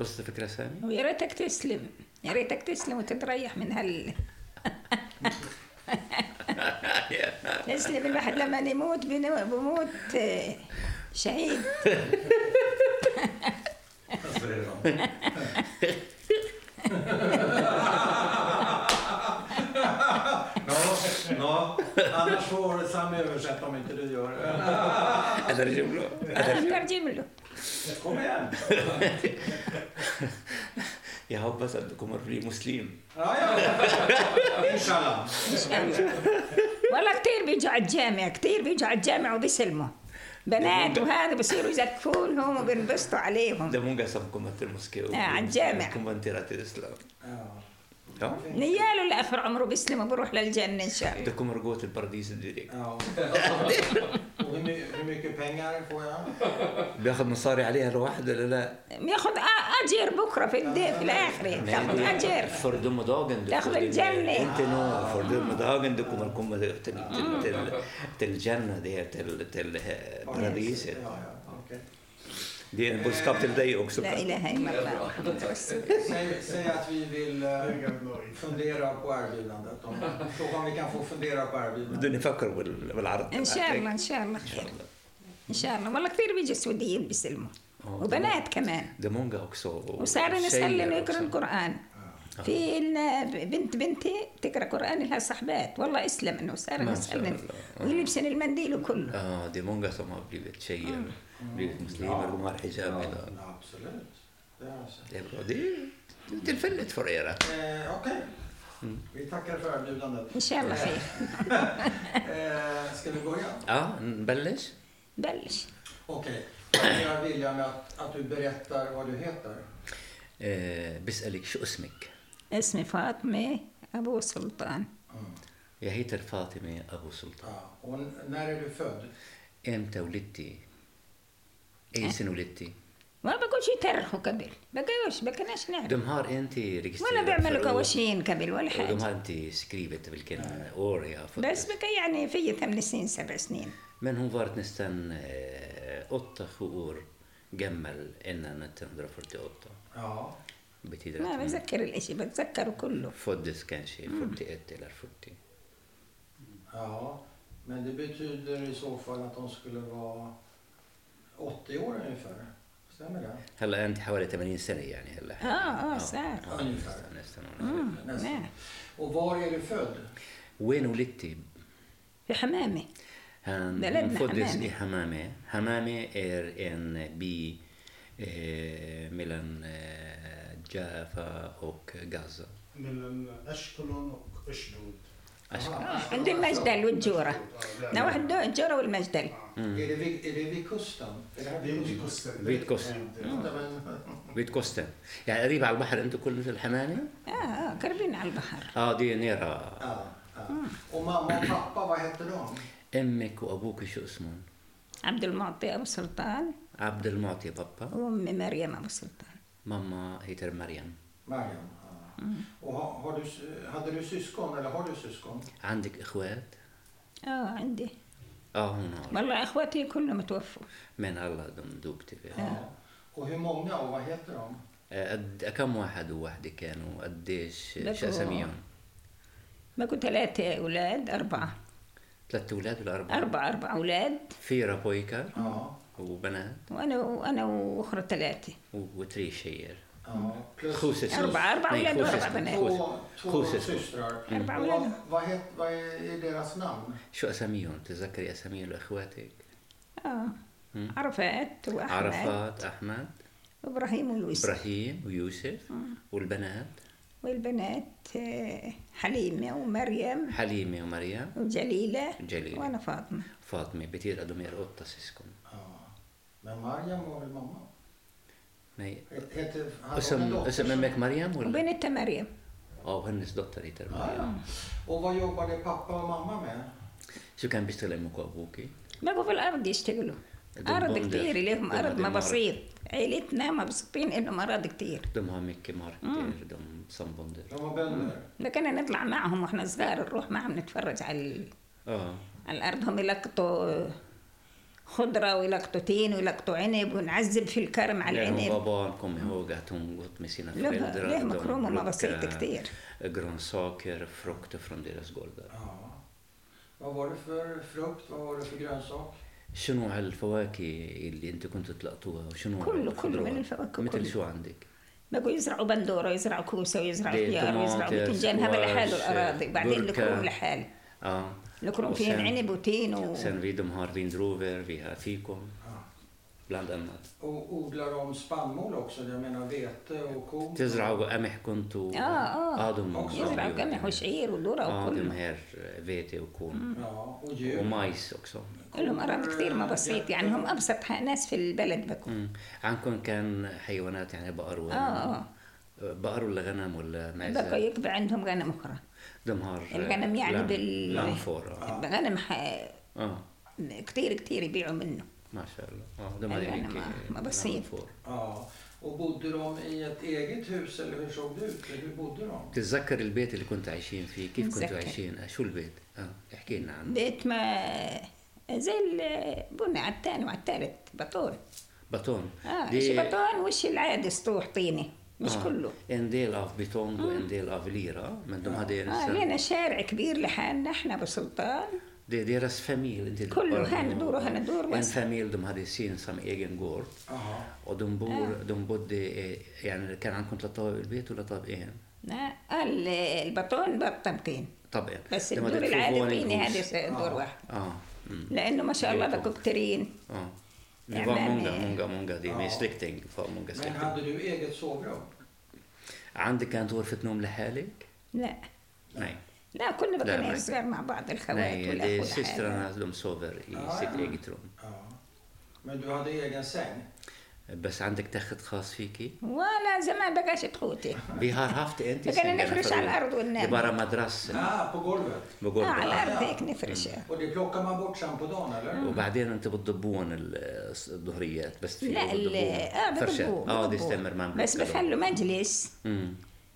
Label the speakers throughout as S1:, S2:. S1: وصلت الفكره سامي؟
S2: ويا ريتك تسلم يا ريتك تسلم وتتريح من هال نسلم الواحد لما يموت بنو- بموت آه، شهيد
S3: Ja, annars får Sam översätta om inte du gör det.
S1: اترجم له
S2: ترجم له
S3: Kom igen!
S1: Jag hoppas att du kommer bli muslim.
S3: Ja, ja. Inshallah.
S2: والله كتير بيجوا على الجامع كتير بيجوا على الجامع وبيسلموا بنات وهذا بصيروا يزكفونهم وبينبسطوا عليهم
S1: Det är många som kommer till moské och
S2: Ja, الجامع.
S1: konverterar till islam.
S3: Ja.
S1: Ja.
S2: نياله لآخر عمره بيسلم وبروح للجنة إن شاء
S1: Du
S2: الله
S1: kommer gå till paradiset direkt.
S3: Ja. Och hur, my- hur mycket pengar får jag?
S1: بياخذ مصاري عليها الواحد ولا لا؟
S2: ياخذ أجر بكرة في الدين في الآخرة تاخذ
S1: يعني
S2: أجر
S1: För de dagen du
S2: Det är för Jenny.
S1: Inte nu. För de dagen du kommer komma till, till, till, till Janna, det är till, till eh, paradiset.
S3: Ja, ja. Okej.
S1: Det är en budskap till dig också.
S2: لا إله إلا الله محمد رسول الله.
S3: Säg, säg att vi vill eh, fundera på erbjudandet. Om, fråga om vi kan få fundera på erbjudandet.
S1: بدون يفكر بال- بالعرض
S2: إن شاء الله إن
S1: إن
S2: شاء الله
S1: شاء
S2: خير
S1: الله
S2: إن شاء الله والله كثير بيجوا السعوديين بيسلموا وبنات كمان
S1: ده مونجا أوكسو
S2: وصار نسألهم يقرأ القرآن
S1: آه.
S2: في إن بنت بنتي تقرأ قرآن لها صحبات والله اسلم إنه صار
S1: ما شاء
S2: نسألهم
S1: الله. آه.
S2: ويلبسن المنديل كله
S1: آه دي مونجا som har blivit
S2: آه.
S1: tjejer, blivit
S3: آه.
S1: muslimer, de har hijab idag.
S3: Ja, absolut. Det har jag sett.
S1: Det är bra. Det är det är tillfälligt för er.
S3: Eh, Okej. Vi tackar för erbjudandet.
S2: إن شاء الله خير
S3: Eh, ska vi börja?
S1: Ja, آه، نبلش؟
S2: بلش
S3: Okej. Jag vill gärna att, att du berättar vad du heter.
S1: آه، بسألك شو اسمك؟
S2: اسمي فاطمة أبو سلطان
S3: Mm.
S1: يا هيتر فاطمة أبو سلطان
S3: Ja. Och n- när är du född?
S1: إمتى ولدتي؟
S2: إيه.
S1: أي سنة ولدتي؟
S2: ما بقولش يترخوا قبل بقاوش بقناش نعرف
S1: دمهار أنت ريجستري
S2: ولا بيعملوا كواشين قبل ولا حاجة
S1: دمهار أنت سكريبت بالكن أوريا
S2: بس بقى يعني في ثمان سنين سبع سنين
S1: Men hon var nästan eh, åtta, sju år gammal innan 1948.
S3: Ja.
S1: Betyder
S2: ما
S1: att hon
S2: بتذكر الاشي بتذكره كله
S1: föddes kanske 41 eller 40.
S3: Ja, men det betyder i så fall att de skulle vara 80 år ungefär. Stämmer det?
S1: هلا انت حوالي 80 سنه يعني هلا
S2: آه، آه، صار.
S1: نستنى- نستنى.
S3: Nästan.
S2: نعم.
S3: Och var är du född?
S1: وين ولدتي؟
S2: في حمامة
S1: Han
S2: بلدنا
S1: föddes
S2: حمامة.
S1: i Hamame. Hamame är en by eh, mellan eh, Jaffa och Gaza.
S4: mellan Ashkelon och Öshdod.
S1: Ashkelon.
S3: آه.
S2: عند المجدل والجورة نا
S4: آه،
S2: واحد دو- الجورة والمجدل
S3: Är, det vid, är det vid kusten? Är det här
S4: Det är
S3: vid
S4: vid
S3: kusten?
S4: kusten.
S1: Vid kusten.
S3: Vänta, men-
S1: بيت كوستا يعني قريب على البحر انتم كل مثل حمامه؟
S2: اه اه قربين على البحر
S1: اه دي نيرة
S3: Ja, ja. Och mamma och pappa, vad hette de?
S1: امك وابوك شو اسمهم؟
S2: عبد المعطي ابو سلطان
S1: عبد المعطي بابا
S2: وامي مريم ابو سلطان
S1: ماما هيتر مريم
S3: Mariam. Ja. Och har, har du, sy- hade du syskon eller har du syskon?
S1: عندك اخوات؟
S2: اه عندي
S1: اه هون هون.
S2: والله اخواتي كلهم توفوا
S1: من الله دم دوبتي فيها
S2: آه.
S3: Ja. Och hur många och vad heter de?
S1: آه، قد كم واحد وواحدة كانوا قديش
S2: لك
S1: شو اساميهم؟
S2: بقوا ثلاثة أولاد أربعة
S1: ثلاث أولاد ولا أربعة؟
S2: أربعة أربعة أولاد
S1: فيرا بويكا
S3: Ja.
S1: وبنات
S2: وأنا وأنا وأخرى ثلاثة
S1: و- وتري شير
S3: ja. Plus-
S1: خوسة
S2: أربعة- أربعة
S1: Nej,
S2: أولاد
S1: خوسة
S2: وأربعة
S1: اسمه.
S2: بنات.
S3: Två,
S1: خوسة-
S3: två
S1: خوسة اسمه.
S3: systrar.
S2: أربع
S3: Och
S2: أولاد.
S3: Vad, vad, het, vad är deras namn?
S1: شو اساميهم؟ تتذكري اساميهم لاخواتك؟
S2: آه عرفات وأحمد
S1: عرفات أحمد
S2: وإبراهيم ويوسف
S1: إبراهيم ويوسف والبنات
S2: والبنات آه، حليمة ومريم
S1: حليمة ومريم
S2: وجليلة
S1: جليلة.
S2: وأنا فاطمة
S1: فاطمة بتير أدمير أوتا سيسكون
S3: Ja. Men Mariam var väl mamma?
S1: Nej.
S3: Het- Heter, hade hon en
S1: اسم
S3: dotter
S1: اسم
S3: som-
S1: امك مريم ولا؟
S2: وبنتها مريم
S1: اه وهنس دوتر هيتر
S3: Ja,
S1: مريم
S3: ja. Och vad jobbade pappa och mamma med?
S1: شو كان بيشتغل امك وابوك؟
S2: بقوا في الأرض يشتغلوا
S1: دول
S2: أرض
S1: بندر.
S2: كتير لهم
S1: دول
S2: أرض
S1: هذه
S2: ما
S1: المعرض.
S2: بسيط عيلتنا مبسوطين إنهم أراضي كتير
S1: دم هامك ماركتير دم صنبندر
S3: De var bönder.
S2: ده كنا نطلع معهم واحنا صغار نروح معهم نتفرج على ال-
S1: اه
S2: على الأرض هم يلقطوا خضرة ويلقطوا تين ويلقطوا عنب ونعذب في الكرم على
S1: När hon var
S2: العنب
S1: barn kom jag ihåg att hon gått med sina
S2: لهم-
S1: föräldrar.
S2: لهم
S1: De
S2: كروم وما بسيط
S1: plockade
S2: كتير
S1: grönsaker, frukter från deras gårdar.
S3: Ja. Vad var det för frukt? Vad var det för grönsak?
S1: شنو هالفواكه اللي انت كنت تلقطوها وشنو
S2: كله- كله
S1: هالخضروات؟
S2: من الفواكه
S1: مثل
S2: كله.
S1: شو عندك؟
S2: بقوا يزرعوا بندورة ويزرعوا كوسة ويزرعوا
S1: ليه؟
S2: خيار ويزرعوا
S1: طماطم،
S2: باذنجان هذا
S1: سكواش،
S2: لحاله الأراضي بعدين
S1: بركة.
S2: الكروم لحاله
S1: اه
S2: الكروم
S1: Och
S2: فيهن
S1: sen-
S2: عنب وتين و...
S1: Sen vi de har vindruvor, vi har fikon
S3: Ja.
S1: bland annat.
S3: Och odlar de spannmål också? Jag menar vete och korn?
S1: تزرعوا قمح كنتوا؟
S2: آه آه,
S1: اه de
S3: Och
S2: يزرعوا
S1: odlar ju
S2: قمح
S1: det.
S2: وشعير وذرة
S1: اه de
S2: وكله
S1: här eh, vete och korn.
S3: Ja, och djur.
S1: Och majs också.
S2: لهم أراضي كثير ما بسيط يعني هم أبسط ح- ناس في البلد بكون
S1: مم. عندكم كان حيوانات يعني بقر
S2: آه
S1: وغنم؟
S2: آه
S1: بقر ولا غنم ولا
S2: بقوا
S1: معزة؟
S2: يكبر عندهم غنم أخرى
S1: de har
S2: الغنم يعني
S1: لم- آه.
S2: بال-
S1: لمفورة.
S2: غنم ح...
S1: اه
S2: كثير كثير يبيعوا منه
S1: ما شاء الله اه de hade
S2: الغنم،
S1: mycket
S2: آه، ما بسيط.
S1: لمفور.
S3: Ja. Och bodde de i ett eget hus eller hur såg det ut? Eller Hur bodde de?
S1: بتتذكر البيت اللي كنتوا عايشين فيه كيف كنتوا
S2: بتذكر.
S1: عايشين آه، شو البيت اه احكي لنا عنه
S2: بيت ما زي البنى على الثاني وعلى الثالث بطول
S1: بطون
S2: اه
S1: دي-
S2: شي بطول وش العادي سطوح طيني مش
S1: آه.
S2: كله
S1: en del av betong och en del av lera men de hade
S2: اه
S1: deras,
S2: لنا شارع كبير لحالنا احنا بسلطان
S1: det är deras familj inte
S2: كله
S1: bara-
S2: هندور وهندور
S1: en
S2: بس.
S1: familj de hade sin som egen gård
S3: Jaha.
S1: och de, bor,
S2: آه.
S1: de bodde eh, يعني كان عندكم ثلاث بيت ولا إيه، طابقين
S2: آه، ال- البطون بالطبقين
S1: طابقين
S2: بس
S1: لما
S2: الدور
S1: بدك
S2: العادي
S1: تشوفون
S2: طيني
S1: الهوس.
S2: هذا دور
S3: آه.
S2: واحد
S1: اه mm.
S2: لانه ما شاء الله
S1: بيتهم.
S2: بكوا كتيرين
S1: Ja. Vi
S2: Ja,
S1: var
S2: men,
S1: många,
S2: eh,
S1: många, många. Det är min
S3: ja.
S1: släkting. För många
S3: Men
S1: släkting.
S3: hade du eget sovrum?
S1: عندك كانت غرفة نوم لحالك؟ نعم.
S2: لا
S1: Nej.
S2: لا كنا
S1: لا،
S2: بكون
S1: ما-
S2: صغار مع بعض
S1: نعم،
S2: الخوات
S1: Nej, det är
S2: والاخوات
S1: systrarna de sover i
S3: Ja,
S1: sitt
S3: ja.
S1: eget rum.
S3: Ja. Men du hade egen säng?
S1: بس عندك تخت خاص فيكي؟
S2: ولا زمان بقاش تخوتي
S1: Vi har haft en
S2: كنا نفرش على الأرض وننام.
S1: Det är bara madrassen
S3: Ja, Ah, på golvet.
S2: اه
S1: بقول
S2: على
S1: بقى.
S2: الارض هيك نفرش آه.
S3: Och det plockar man bort sen på dagen eller?
S1: وبعدين انت بتضبون ال- الظهريات بس في
S2: لا ال- اه بدبوه
S1: اه دي
S2: بدبوه.
S1: استمر ما
S2: بس بخلوا مجلس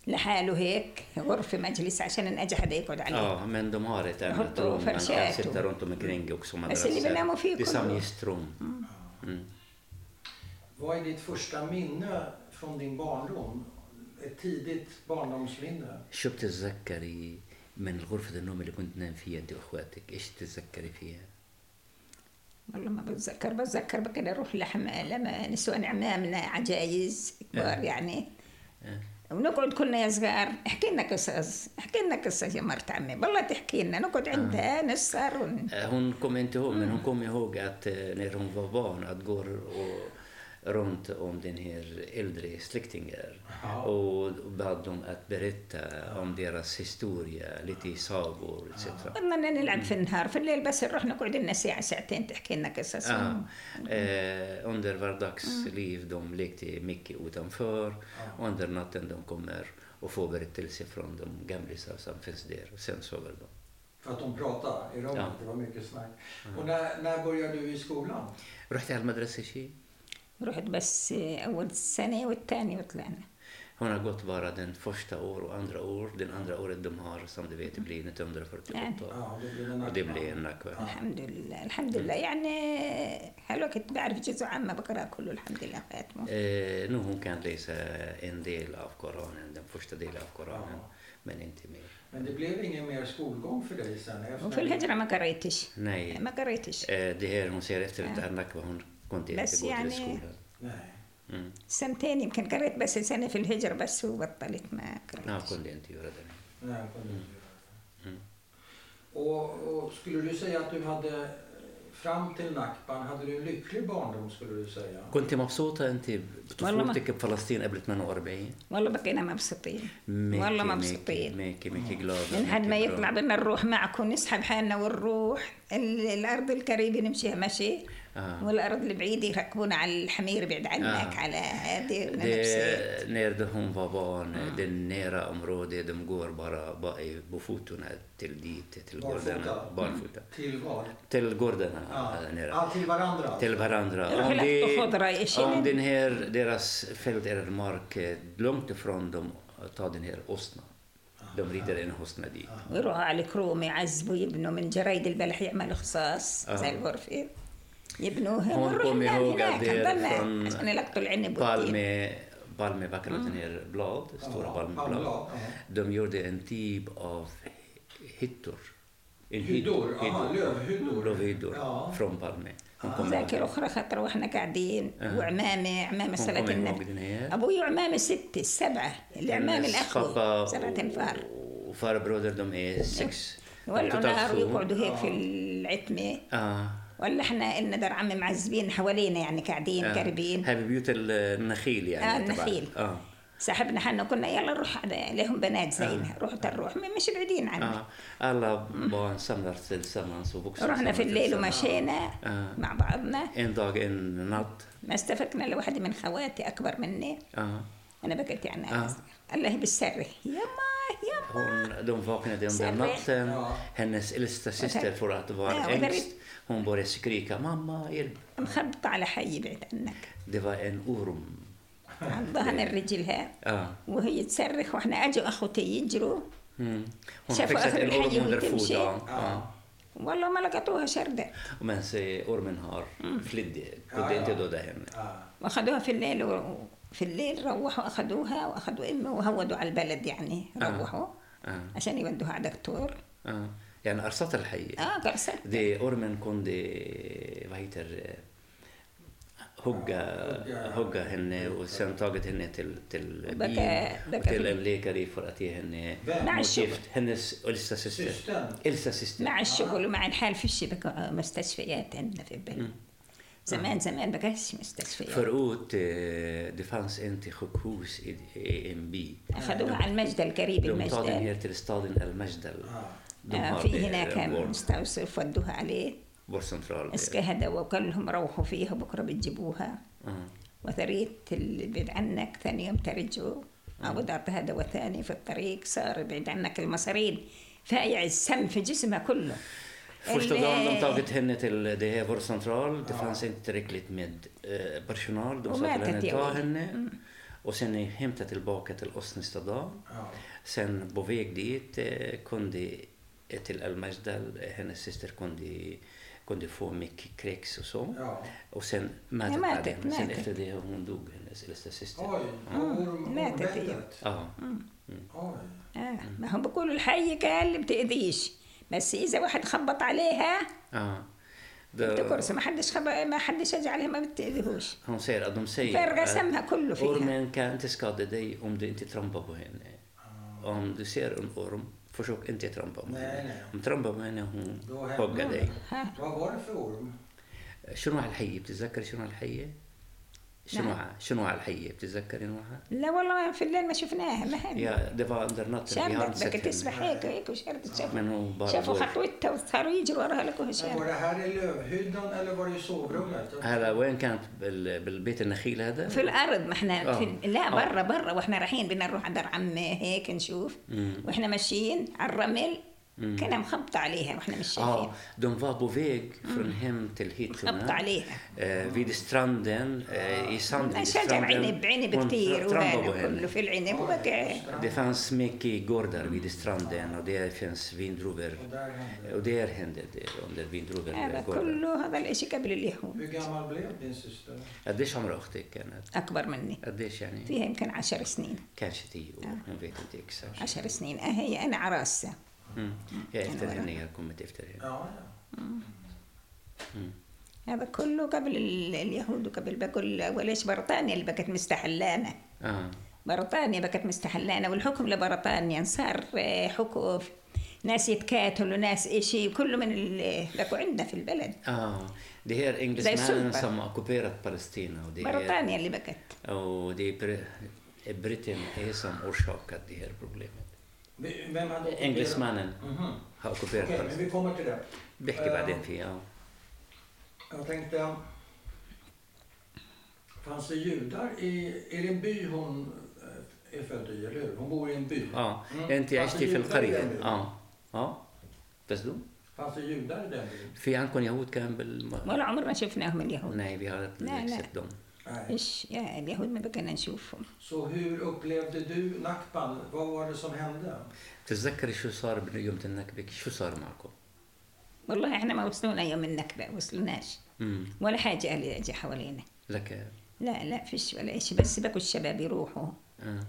S2: لحاله هيك غرفة مجلس عشان إن اجى حدا يقعد عليه
S1: اه من دم هارت
S2: بحطوا فرشات
S1: كان
S2: و-
S1: ستة رونتو مكرينج وكسو مدرسة
S2: اللي بناموا فيه
S1: دي
S2: كله.
S1: ساميست روم مم.
S3: Vad är ditt första minne från din barndom? Ett tidigt barndomsminne?
S1: شو بتتذكري من غرفة النوم اللي كنت نام فيها انت واخواتك؟ ايش بتتذكري فيها؟
S2: والله ما بتذكر بتذكر بكده اروح لحم لما نسوان عمامنا عجايز كبار
S1: آه.
S2: يعني
S1: آه.
S2: ونقعد كلنا يا صغار احكي لنا قصص احكي لنا قصص يا مرت عمي والله تحكي لنا
S1: آه.
S2: نقعد عندها نسهر ون...
S1: Eh, Hon kom inte ihåg, men hon kom ihåg att eh, när hon var barn att gå och, runt om den här äldre släktingar
S3: Ja.
S1: och bad dem att berätta om deras historia, lite sagor etc.
S2: كنا نلعب في النهار في الليل بس نروح نقعد لنا ساعة ساعتين تحكي لنا قصص
S1: Ja. Eh, under vardagsliv de lekte mycket utanför.
S3: Ja.
S1: Under natten de kommer och får berättelser från de gamlisar som finns där. Sen sover de.
S3: För att de pratade i rummet,
S1: Ja. Mm.
S3: det var mycket snack. Och när, när började du i skolan?
S1: رحت على المدرسة شيء؟
S2: رحت بس أول سنة والتانية وطلعنا
S1: Hon har gått bara den första år och andra år. Den andra året de har, som du vet, blir 1948.
S3: Ja, det blev en
S1: Och det blir en nakva.
S2: الحمد لله الحمد لله يعني هالوقت بعرف جزء عما بقرأ كله الحمد لله فاتمه
S1: Eh, nu hon kan läsa en del av Koranen, den första delen av Koranen,
S3: Ja.
S1: men inte mer.
S3: Men det blev ingen mer skolgång för dig sen? Efter
S2: وفي الهجرة ما قريتش
S1: Nej,
S2: ما قريتش
S1: eh, det här hon ser efter ett nakva, hon kunde inte
S2: بس
S1: gå till
S2: يعني-
S1: skolan.
S3: Nej.
S1: Mm.
S2: سنتين يمكن قريت بس سنة في الهجرة بس وبطلت ما
S1: Ja,
S2: قريتش
S1: kunde inte göra det.
S3: Nej, jag kunde inte göra det.
S1: Mm.
S3: Och, och skulle du säga att du hade, eh, fram till Nakban, hade du en lycklig barndom skulle du säga?
S1: كنت مبسوطة أنت
S2: والله ما-
S1: بطفولتك بفلسطين قبل 48
S2: والله بقينا مبسوطين
S1: ميكي-
S2: والله
S1: ميكي
S2: مبسوطين
S1: ميكي ميكي glad
S2: من حد ما
S1: ميكي
S2: يطلع
S1: glad.
S2: بدنا نروح معكم نسحب حالنا ونروح ال- الأرض القريبة نمشيها مشي
S1: آه.
S2: والأرض البعيدة يركبونا على الحمير بعد عنك
S1: آه.
S2: على هذه بدنا نمشي.
S1: Det, när de- hon var barn, eh, det nära området, de går bara, bara i- på fotorna till dit, till
S3: Barfota.
S1: gårdarna. Barfota.
S3: Till vad?
S1: Till gårdarna
S3: Ja.
S1: eh, nära.
S3: Ja, till varandra. alltså?
S1: Till varandra.
S2: Eller
S1: Om, det,
S2: lagt och fodra i kylen.
S1: om den här, deras fält eller mark, eh, långt ifrån dem, tar den här åsna. De rider en åsna dit.
S2: ويروحوا على الكروم يعذبوا يبنوا من جرايد البلح يعملوا خصاص
S1: آه.
S2: زي الغرفة يبنوها
S1: هون
S2: ونروح
S1: قومي
S2: ننام
S1: هو
S2: هناك
S1: قاعد يدير
S2: نضلنا
S1: فن
S2: عشان يلقطوا العنب والتين
S1: Palme, Palme vackra ner blad, stora palmblad.
S3: Palmblad, ja.
S1: De gjorde en typ av hyttor. En
S3: Hyddor, aha, lövhyddor.
S1: Lövhyddor
S3: Ja.
S1: från Palme. Hon
S3: Ah.
S1: kommer
S2: ذاكرة
S1: ihåg
S2: أخرى خاطر وإحنا قاعدين
S1: أها.
S2: وعمامي عمامي
S1: Hon
S2: صلاة
S1: kommer ihåg
S2: النبي
S1: den här.
S2: أبوي عمامي ستة السبعة العمام
S1: Hennes
S2: الأخوة
S1: pappa
S2: سبعة أنفار
S1: och- och farbroder de är sex.
S2: يولعوا
S1: Totalt
S2: نهار
S1: sju.
S2: ويقعدوا هيك
S3: آه.
S2: في العتمة
S1: آه.
S2: ولا إحنا إلنا دار عمي معزبين حوالينا يعني قاعدين
S1: آه.
S2: قريبين
S1: Här vid bjudit النخيل يعني
S2: آه،
S1: تبع-
S2: النخيل.
S1: آه.
S2: صاحبنا حنا قلنا يلا نروح على- لهم بنات زينا روح تروح م- مش بعيدين عنا
S1: آه. Alla barn samlas tillsammans och vuxna
S2: رحنا
S1: samlas
S2: في الليل
S1: tillsammans.
S2: ومشينا
S1: آه.
S2: مع بعضنا
S1: En dag, en natt.
S2: ما استفقنا إلا واحدة من خواتي أكبر مني
S1: Ja.
S2: أنا بكت يعني
S1: آه.
S2: قال لها بالصرخ يما يما
S1: Hon, de vaknade under
S2: Sen-
S1: natten.
S3: Ja.
S1: Hennes äldsta syster, för att vara
S2: Ja, och där är-
S1: ängst, hon började skrika mamma, hjälp.
S2: مخبطة على حي بعيد عنك
S1: Det var en orm.
S2: على ظهر رجلها
S1: Ja.
S2: وهي تصرخ واحنا اجوا اخوتي يجروا
S1: Mm. Hon
S2: Träffade
S1: fick sätta en
S2: Henrik
S1: orm under
S2: Hej och
S1: foten.
S2: Timsjö.
S1: Ja.
S2: والله ما لقطوها شردة
S1: Men så ormen har flydde,
S3: Ja,
S1: kunde
S3: ja.
S1: inte döda henne.
S3: Ja.
S2: واخذوها في الليل و... في الليل روحوا اخذوها واخذوا امي وهودوا على البلد يعني
S1: آه.
S2: روحوا
S1: Ja.
S2: عشان يودوها على دكتور
S1: Ja. يعني أرسلت الحية.
S2: اه قرصت
S1: Det ormen kunde, vad heter det, hugga,
S3: Hugga.
S1: hugga henne och sen tagit henne till, till
S2: Och
S1: byn
S2: backa-
S1: och
S2: backa
S1: till
S2: förbi.
S1: en läkare för att ge henne
S3: Vem?
S2: Nej,
S1: mot
S2: tjuv.
S1: gift. Hennes äldsta syster.
S3: Systern?
S1: Äldsta syster.
S2: مع الشغل ومع الحال في الشبكة مستشفيات عندنا في البلد زمان زمان ما كانش مستشفيات
S1: Förut, eh, det fanns inte sjukhus i, i en by. آه.
S2: اخذوها على المجدة القريب
S1: De tar den
S2: المجدة
S1: här till staden Al-Majdal.
S3: Ja.
S1: De
S2: آه
S1: har
S2: في
S1: eh,
S2: هناك
S1: vår-
S2: مستوصف ودوها عليه
S1: vår central. där.
S2: اسكي هذا وقال لهم روحوا فيها بكره بتجيبوها
S1: Ja.
S2: وثريت اللي بعيد عنك ثاني يوم ترجعوا أبو دارت هذا وثاني في الطريق صار بعيد عنك المصارين فايع السم في جسمها كله
S1: Första
S2: اللي-
S1: dagen de tagit henne till det här vårdcentral, det fanns inte tillräckligt med eh, personal. De
S2: Och Mm.
S1: sa till
S2: mätet
S1: henne,
S2: jag
S1: ta
S2: vill."
S1: henne. Och sen eh, hämta tillbaka till oss nästa dag.
S3: Ja.
S1: Sen på väg dit eh, kunde, eh, till Al-Majdal, eh, hennes syster kunde, kunde få mycket kräks och så.
S3: Ja.
S1: Och sen mätet
S2: Ja,
S1: hade
S2: mätet,
S1: henne. Sen
S2: mätet.
S1: efter det hon dog, hennes äldsta syster.
S3: Oj, orm,
S2: nätet är
S3: ormbettet.
S1: Ja.
S2: Mm.
S3: Oj.
S2: آه. ما هم بيقولوا الحي قال اللي بتأذيش بس إذا واحد خبط عليها
S1: ja. Då,
S2: بتقرص ما حدش خب... ما حدش اجى عليها ما بتأذيهوش
S1: hon säger att de säger
S2: فرغ
S1: att
S2: سمها كله فيها
S1: Ormen kan inte skada dig om du inte trampar på henne. Om du ser en orm, försök inte trampa på
S3: Nej,
S1: henne.
S3: nej.
S1: Om du trampar på henne, hon
S3: Då händer
S1: hugger
S3: det.
S1: dig.
S2: ها
S3: Vad var det för orm?
S1: شنوع الحية بتتذكر شنوع الحية؟ شنوع شنوع الحية بتتذكري نوعها؟
S2: لا والله في الليل ما شفناها ما هي
S1: يا دفا اندر نت
S2: شردت بك تسبح هيك هيك وشردت شردت
S1: آه، من هو بار
S2: شافوا
S1: بور.
S2: خطوتها وصاروا يجروا وراها لقوها
S3: Men
S2: شردت
S3: var det här i lövhyddan eller var det i sovrummet?
S1: هلا وين كانت بال- بالبيت النخيل هذا؟
S2: في الارض ما احنا
S1: آه.
S2: في لا
S1: آه.
S2: برا برا واحنا رايحين بدنا نروح على دار عمي هيك نشوف
S1: مم.
S2: واحنا ماشيين على الرمل
S1: مم.
S2: كانها مخبطه عليها واحنا مش شايفين
S1: اه de var på väg från hem till hit.
S2: مخبطه عليها
S1: آه، vid stranden, eh, i sand vid
S2: شجر
S1: stranden.
S2: عنب عنب
S1: Hon
S2: كثير
S1: trampade
S2: وهذا
S1: på henne.
S2: كله في العنب وبقى
S1: Det fanns mycket gårdar vid stranden och där finns vindruvor.
S3: Och där hände det.
S1: Och där hände det under
S2: هذا
S1: vindruvorgården.
S2: كله هذا الاشي قبل اليهود
S3: Hur gammal blev din syster?
S1: قديش عمر اختك كانت؟
S2: اكبر مني
S1: قديش يعني؟
S2: فيها يمكن عشر سنين
S1: كانش تي انا بيت انت اكثر.
S2: عشر سنين اه هي انا عراسه
S1: أمم. يا افتر هني يا كم تفتر هني.
S3: Ja, ja.
S1: Mm.
S2: هذا كله قبل ال- اليهود وقبل بكل وليش بريطانيا اللي بقت مستحلانه
S1: اه
S2: بريطانيا بقت مستحلانة والحكم لبريطانيا صار آه، حكم ناس يتكاتلوا ناس إشي كله من اللي بقوا عندنا في البلد
S1: اه Ah. det här engelsmännen
S2: sultan.
S1: som ockuperat Palestina och det är,
S2: بريطانيا اللي بقت
S1: och det är br- Britten är som orsakat det här problemet.
S3: V- Vem hade ockuperat-
S1: Engelsmännen
S3: Mhm.
S1: har ockuperat
S3: Okej, men
S1: Palestina.
S3: vi kommer till det. Eh,
S1: بحكي بعدين فيه اه
S3: Jag tänkte, fanns det judar i, är det en by hon eh, är född i, eller hur? Hon bor i en by.
S2: آه.
S1: اه
S3: Mm.
S1: انت
S3: Fanns det
S1: عشتي في
S3: judar i den
S1: القريه
S3: byn?
S1: اه اه بس دو
S3: Fanns det judar i den byn?
S1: في عندكم يهود كان بال
S2: ولا عمرنا شفناهم اليهود
S1: Nej, vi har
S2: Nej,
S1: inte
S2: nej.
S1: sett dem.
S3: Nej.
S2: إيش يا اليهود ما بقينا نشوفهم
S3: Så hur upplevde du Nakban? Vad var det som hände?
S1: تتذكري شو صار بيوم النكبة؟ شو صار معكم؟
S2: والله إحنا ما وصلونا يوم النكبة وصلناش
S1: مم.
S2: ولا حاجة اللي أجي حوالينا
S1: لك
S2: لا لا فيش ولا إيش بس بكو الشباب يروحوا
S1: آه.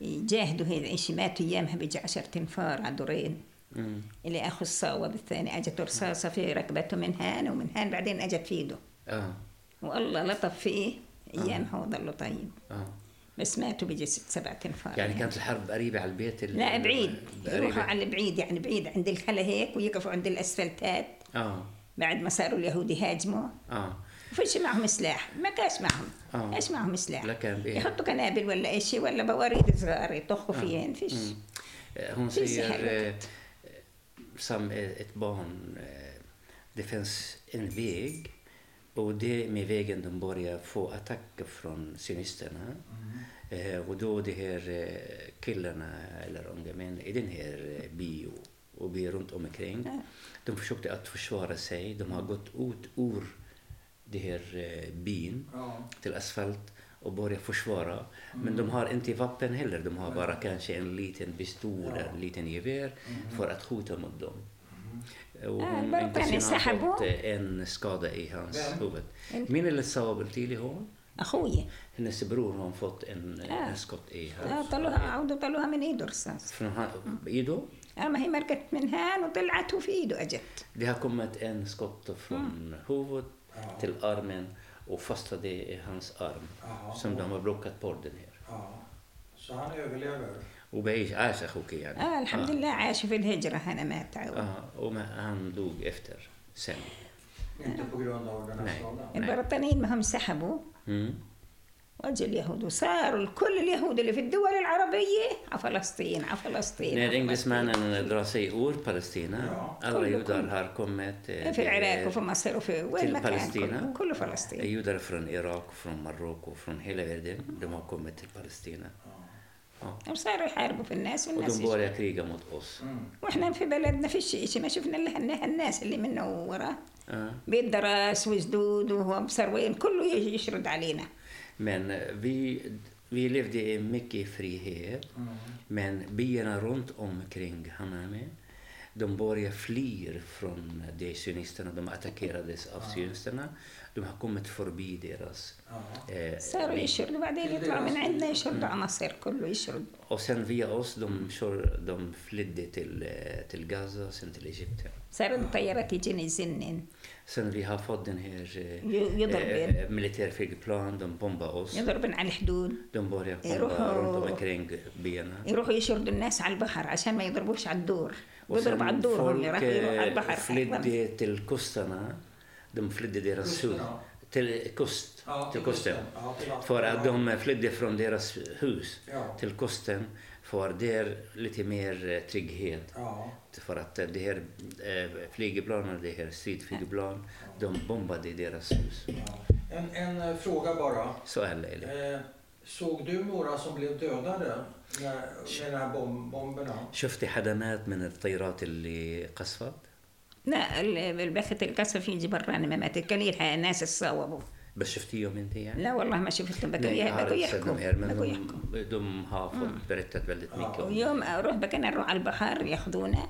S2: يجاهدوا هي العيش ماتوا أيامها بيجي عشر تنفار على دورين
S1: مم.
S2: اللي أخو الصاوة بالثاني أجت رصاصة في ركبته من هان ومن هان بعدين أجت في إيده
S1: اه
S2: والله لطف إيه؟ فيه أيامها وظلوا طيب
S1: اه
S2: بس ماتوا بيجي ست سبع تنفار
S1: يعني كانت الحرب قريبة على البيت ال-
S2: لا بعيد يروحوا
S1: قريبة
S2: على البعيد يعني بعيد عند الخلا هيك ويقفوا عند الاسفلتات
S1: اه
S2: بعد ما صاروا اليهود يهاجموا
S1: اه
S2: فيش معهم سلاح ما كانش معهم
S1: آه.
S2: ايش معهم سلاح
S1: لا كان بإيه؟
S2: يحطوا قنابل ولا اي شيء ولا بواريد صغار يطخوا
S1: آه.
S2: فيهن فيش
S1: مم. Uh, hon
S2: Finns det
S1: säger
S2: här?
S1: eh, som eh, ett barn, eh, det finns en väg och det är med vägen de börjar få attacker från sionisterna.
S2: Mm.
S1: Eh, och då de här eh, killarna eller unga män i den här eh, bio och vi runt omkring.
S2: Ja.
S1: De försökte att försvara sig. De har gått ut ur det här eh, byn
S3: Ja.
S1: till asfalt och börja försvara. Men
S3: Mm.
S1: de har inte vapen heller. De har bara kanske en liten pistol,
S3: Ja. Mm.
S1: en liten gevär för att skjuta mot dem. Och
S2: Ah,
S1: hon,
S2: bara
S1: inte
S2: kan ni
S1: sin har
S2: säga
S1: fått eh, en skada i hans
S3: Vem?
S1: huvud.
S2: En-
S1: Min lilla sabel till hon,
S2: اخوي
S1: hennes bror har fått en, eh,
S2: Ah.
S1: en skott i
S2: آه
S1: hans
S2: طلوها عودوا طلوها من ايده رصاص
S1: Från han-
S2: Mm.
S1: Ido,
S2: آه ما هي مرقت من هان وطلعت وفي ايده اجت
S1: det har kommit en skott från
S2: Mm.
S1: huvudet
S3: Ja.
S1: till armen och fastnade i hans arm
S3: Jaha.
S1: som de har blockat bort den här.
S3: ja. Så han överlever?
S1: وبعيش عاش اخوك يعني
S2: اه الحمد لله عاشوا في الهجره هنا مات عود
S1: Ja, och men han dog efter sen.
S3: Inte på grund av den här
S1: Nej.
S3: skadan?
S2: البريطانيين ما هم سحبوا
S1: Mm.
S2: واجوا اليهود وصاروا كل اليهود اللي في الدول العربية على فلسطين على فلسطين
S1: När
S2: على فلسطين.
S1: engelsmännen drar sig ur Palestina,
S3: Ja.
S1: alla
S2: Kolla,
S1: judar
S2: kolla.
S1: har kommit eh,
S2: في العراق
S1: ner
S2: وفي مصر وفي وين
S1: till
S2: ما كان
S1: Palestina. Eh,
S2: كله- كله فلسطين
S1: Judar från Irak, från Marocko, från hela världen, de har kommit till Palestina. Ja.
S2: وصاروا يحاربوا في الناس
S1: Och
S2: والناس
S1: de
S2: يش-
S1: börjar kriga mot oss.
S3: Mm.
S2: واحنا في بلدنا فيش شيء ما شفنا الا هن- هالناس اللي منه وراه
S1: Ja.
S2: بيت دراس وجدود وهم سروين كله يجي يشرد علينا
S1: Men eh, vi, vi levde i mycket frihet.
S3: Mm.
S1: Men byarna runt omkring Hanami, de börjar fly från de sionisterna. De attackerades av sionisterna. De har kommit förbi deras...
S3: Ja.
S1: Eh,
S2: صاروا
S1: by.
S2: يشردوا بعدين يطلعوا من عندنا يشردوا على مصر كله يشرد
S1: och sen via oss, de, kör, de flydde till, eh, till Gaza, sen till Egypten.
S2: صارت الطيارات يجينا يزنن
S1: Sen vi har fått den här eh,
S2: Jo- jo, de vet.
S1: militärflygplan, de bombar oss.
S2: يضربن على الحدود
S1: De börjar bomba
S2: Jaha.
S1: runt omkring byarna.
S2: يروحوا يشردوا الناس على البحر عشان ما يضربوش على الدور بيضرب على
S1: sen
S2: الدور هم
S1: folk,
S2: راح يروح على
S1: eh,
S2: البحر
S1: flydde till kusterna. De flydde deras
S3: Kusterna?
S1: hus. Till kust.
S3: Ja,
S1: till kusten.
S3: Ja, till vattnet.
S1: För att de flydde från deras hus
S3: Ja.
S1: till kusten. För där lite mer eh, trygghet.
S3: Ja.
S1: För att eh, de här eh, flygplanen, de här stridsflygplan, de bombade deras hus.
S3: ja. En, en eh, fråga bara.
S1: Så är det.
S3: Eh, såg du några som blev dödade när, med de här bom, bomberna?
S1: شفت حدمات من الطيارات اللي قصفت؟
S2: لا ال- البخت القصف في يجي برا انا ما ماتت كان يلها ناس تصاوبوا
S1: بس شفتيهم انت يعني؟
S2: لا والله ما شفتهم بكو
S1: Nej, jag har
S2: بكو
S1: inte sett
S2: يحكوا
S1: dem här, men
S2: بكو
S1: de,
S2: يحكوا
S1: de har fått berättat väldigt
S3: Ja.
S1: mycket om
S2: ويوم اروح بكنا نروح على البحر ياخذونا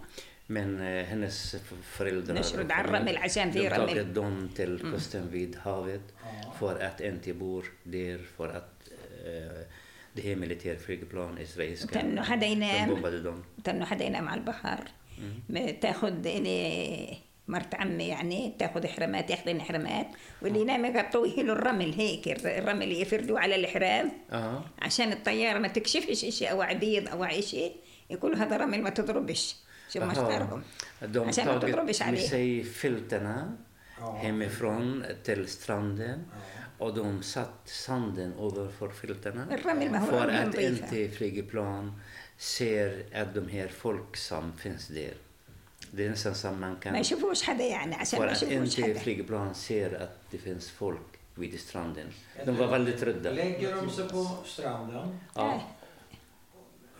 S1: Men eh, hennes f- föräldrar
S2: نشرد على الرمل عشان في
S1: de
S2: رمل
S1: tagit dem till kusten vid havet
S3: Ja.
S1: för att inte bo där för att eh, det här militärflygplan, israeliska,
S2: تنو حدا
S1: de
S2: ينام
S1: bombade dem.
S2: تنو حدا ينام على البحر ما تاخذ إني مرت عمي يعني تاخذ حرامات ياخذين حرامات واللي ينام يغطوه له الرمل هيك الر- الرمل يفردوه على الحرام
S1: Ja,
S2: عشان الطيارة ما تكشفش إشي أو عبيض أو أي شيء يقولوا هذا رمل ما تضربش شو ما
S1: Jaha.
S2: اشترهم
S1: de har
S2: عشان ما تضربش
S1: tagit med
S2: عليه
S1: sig filtarna
S3: Ja.
S1: hemifrån till stranden
S3: Ja.
S1: och de satt sanden ovanför filtarna.
S2: الرمل ما هو
S1: För
S2: رمل
S1: att
S2: نظيفة
S1: inte flygplan ser att de här folk som finns där. Det är nästan som man
S2: ما
S1: kan...
S2: يشوفوش حدا يعني عشان
S1: För
S2: ما
S1: att
S2: يشوفوش
S1: inte
S2: حدا
S1: flygplan ser att det finns folk vid stranden. De var väldigt rädda.
S3: Lägger de sig på stranden
S1: Ja,
S2: آه.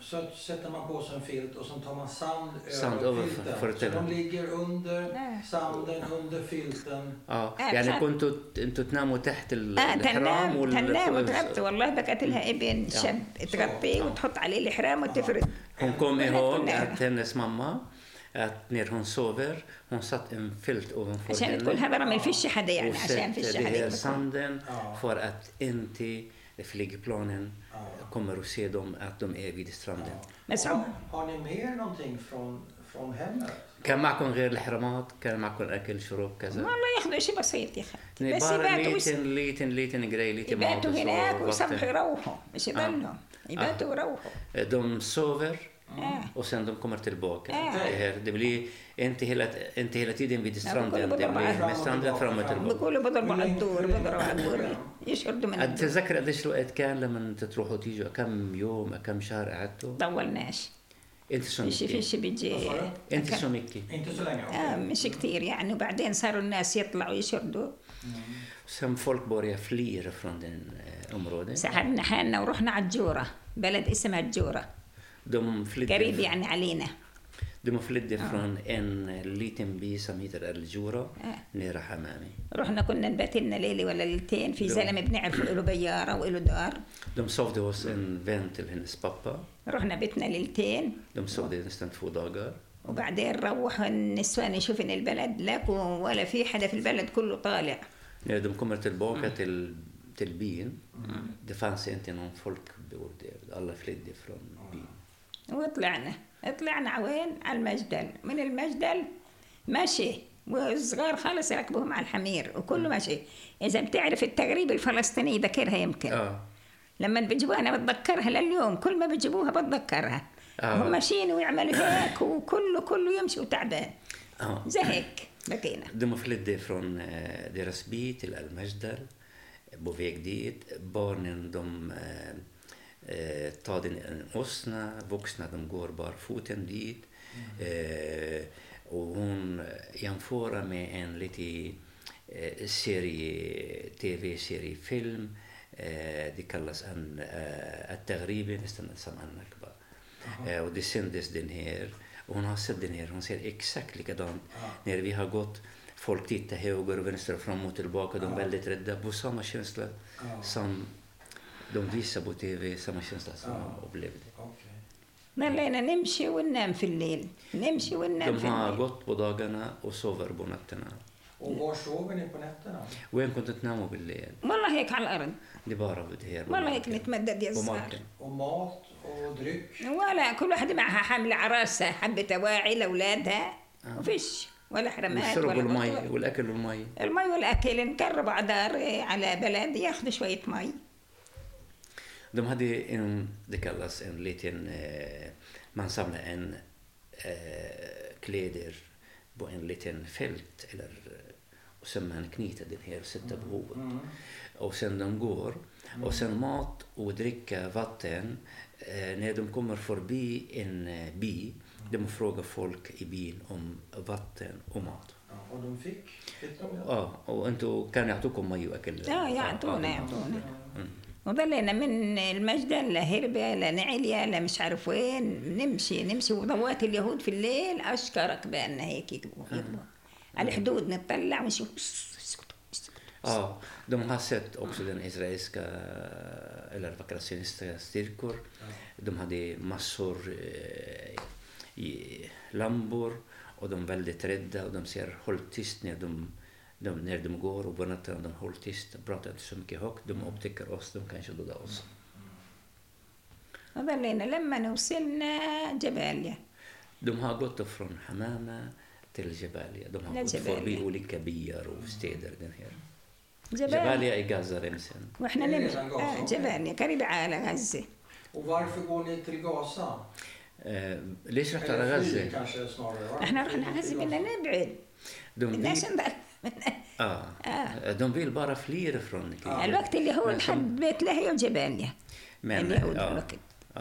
S3: så sätter man på sig en filt och så tar man sand över
S1: Sand över
S3: filten.
S1: för- för
S3: så de
S1: den.
S3: ligger under
S2: آه.
S3: sanden, under filten.
S1: ja.
S2: آه،
S1: يعني
S2: بحب.
S1: كنتوا انتوا تناموا تحت ال-
S2: اه
S1: الحرام
S2: تنام
S1: وال-
S2: تنام وتغطي والله بكت لها ابن
S1: آه.
S2: شاب تغطيه
S1: آه.
S2: وتحط عليه الحرام وتفرد
S1: Hon kom
S2: Men
S1: ihåg
S2: inte nära.
S1: att hennes mamma att när hon sover, hon satt en filt ovanför
S2: عشان يكون
S1: henne
S2: هذا رمل فيش حدا يعني
S1: och
S2: عشان
S1: sätter
S2: فيش
S1: det
S2: حدا
S1: här
S2: يمسكه.
S1: sanden
S3: Ja.
S1: för att inte flygplanen kommer att se dem att de är vid stranden.
S2: بس
S3: har,
S2: عم-
S3: har ni mer någonting från, från hemmet?
S1: كان معكم غير الحرامات كان معكم أكل شرب كذا
S2: والله ياخذوا شيء بسيط يا اخي
S1: يعني
S2: بس
S1: bara en
S2: يباتوا
S1: liten, liten, liten grej, lite mat
S2: يباتوا
S1: och
S2: هناك
S1: så. vatten. Eh,
S2: ويصبحوا يروحوا مش يضلهم يباتوا ويروحوا
S1: De sover
S2: آه.
S1: och sen de kommer tillbaka.
S2: Ja.
S1: Det, här, det blir inte hela, inte hela tiden vid stranden, det
S2: بكل
S1: blir
S2: بضربة.
S1: med stranden fram och tillbaka.
S2: بيقولوا بضربوا على الدور بضربوا على الدور يشردوا من الدور
S1: أتذكر قديش الوقت كان لما أنت تروحوا تيجوا كم يوم كم شهر قعدتوا؟
S2: طولناش
S1: أنت
S2: فيش
S1: سمكي
S2: فيش بيجي
S1: طيب، أنت سمكي
S3: Inte så länge? okej.
S2: آه مش كتير يعني وبعدين صاروا الناس يطلعوا يشردوا
S3: إيه. Mm,
S1: Sen folk börjar fly från den eh, området.
S2: سحبنا حالنا ورحنا على الجورة بلد اسمها الجورة
S1: De
S2: قريب
S1: flydde,
S2: يعني آه. علينا
S1: de flydde från en liten by som heter Al-Jura
S2: Ja.
S1: nära Hamami.
S2: رحنا كنا نبات لنا ليلة ولا ليلتين في
S1: لو-
S2: زلمة بنعرفه له بيارة وله دار
S1: De sovde hos en vän till hennes pappa.
S2: رحنا بيتنا ليلتين
S1: De sovde nästan två dagar.
S2: وبعدين روحوا النسوان يشوف ان البلد لاكو ولا في حدا في البلد كله طالع
S1: När de kommer tillbaka
S2: آه.
S1: till, till byn, det fanns inte någon folk bor där. Alla flydde från byn.
S2: وطلعنا طلعنا عوين على المجدل من المجدل ماشي والصغار خالص يركبوهم على الحمير وكله ماشي اذا بتعرف التغريب الفلسطيني ذاكرها يمكن
S1: Ja.
S2: لما بيجيبوها انا بتذكرها لليوم كل ما بيجيبوها بتذكرها
S1: آه.
S2: هم ماشيين ويعملوا هيك وكله كله يمشي وتعبان
S1: ja.
S2: زي هيك بقينا
S1: De flydde från eh, deras by till Al-Majdal. På väg dit. Barnen de eh, eh, tar den en åsna. Vuxna de går barfoten dit. Eh, och hon jämför med en lite eh, serie, tv-seriefilm. Eh, det kallas en, eh, At-Taghribi, nästan som Al-Nakba. Eh, och det sändes den här. Och hon har sett den här, hon ser exakt likadant. När vi har gått, folk tittar höger och vänster, fram och tillbaka, de är väldigt rädda. På samma känsla
S3: Ja.
S1: som de visar på TV, samma känsla som
S3: Ja.
S1: jag upplevde.
S3: Okej.
S2: ضلينا نمشي وننام في الليل نمشي وننام
S1: De
S2: في
S1: har
S2: الليل
S1: gått på dagarna och sover på nätterna.
S3: Och var sover ni på nätterna?
S1: وين كنت تناموا بالليل؟
S2: والله هيك على الارض
S1: دي بارا بدي هير
S2: والله هيك نتمدد يا صغار
S1: وماركن
S3: Och mat och dryck?
S2: ولا كل واحدة معها حاملة على راسها حبة أواعي لأولادها وفيش ولا حرمات
S1: والشرب
S2: ولا
S1: والمي
S2: بطول.
S1: والاكل والمي
S2: المي والأكل نقرب على دار إيه، على بلد ياخذوا شوية مي
S1: De hade en, det kallas en liten, eh, man samlar en eh, kläder på en liten fält eller, eh, och sen man knyter den här och sätter på huvudet. Och sen de går och sen mat och dricka, vatten. Eh, när de kommer förbi en eh, by, de frågar folk i byn om vatten och mat.
S3: Ja, och de fick? Fick de det?
S1: Ja, och inte kan يعطوكم مي واكل
S2: آه يعطونا يعطونا وظلينا من المجدل لهربة لنعليا لمش عارف وين نمشي نمشي وضوات اليهود في الليل أشكرك بأن هيك يكبوا يكبوا على الحدود نطلع ونشوف اسكتوا اسكتوا
S1: Ja, de har sett också den israeliska, eller palestinska styrkor. De hade massor eh, i lampor och de är väldigt rädda och de säger håll tyst när de, de, när de går och på natten de håller tyst, pratar inte så mycket högt. De upptäcker oss, de kanske dödar oss.
S2: وظلينا لما وصلنا جباليا
S1: De har gått från Hamama till Jabalia. De har
S2: Nej,
S1: gått
S2: Jabalia.
S1: förbi olika byar och städer. Den här.
S2: جباليا
S1: Jabalia är Gazaremsen.
S2: واحنا
S3: إيه،
S2: نمشي
S3: غزة.
S2: آه جباليا قريبة على غزة
S3: Och varför går ni till Gaza?
S1: Eh, ليش رحت على
S3: Eller flyr
S1: غزة؟
S3: kanske snarare? va?
S2: احنا رحنا غزة بدنا نبعد
S1: De
S2: بدناش
S1: vill,
S2: نضل
S1: ah, de vill bara fly från kriget.
S2: الوقت اللي هو
S1: Men som-
S2: لحد بيت لهيا وجباليا
S1: Men,
S2: اليهود
S1: ja,
S2: الوقت
S1: ja,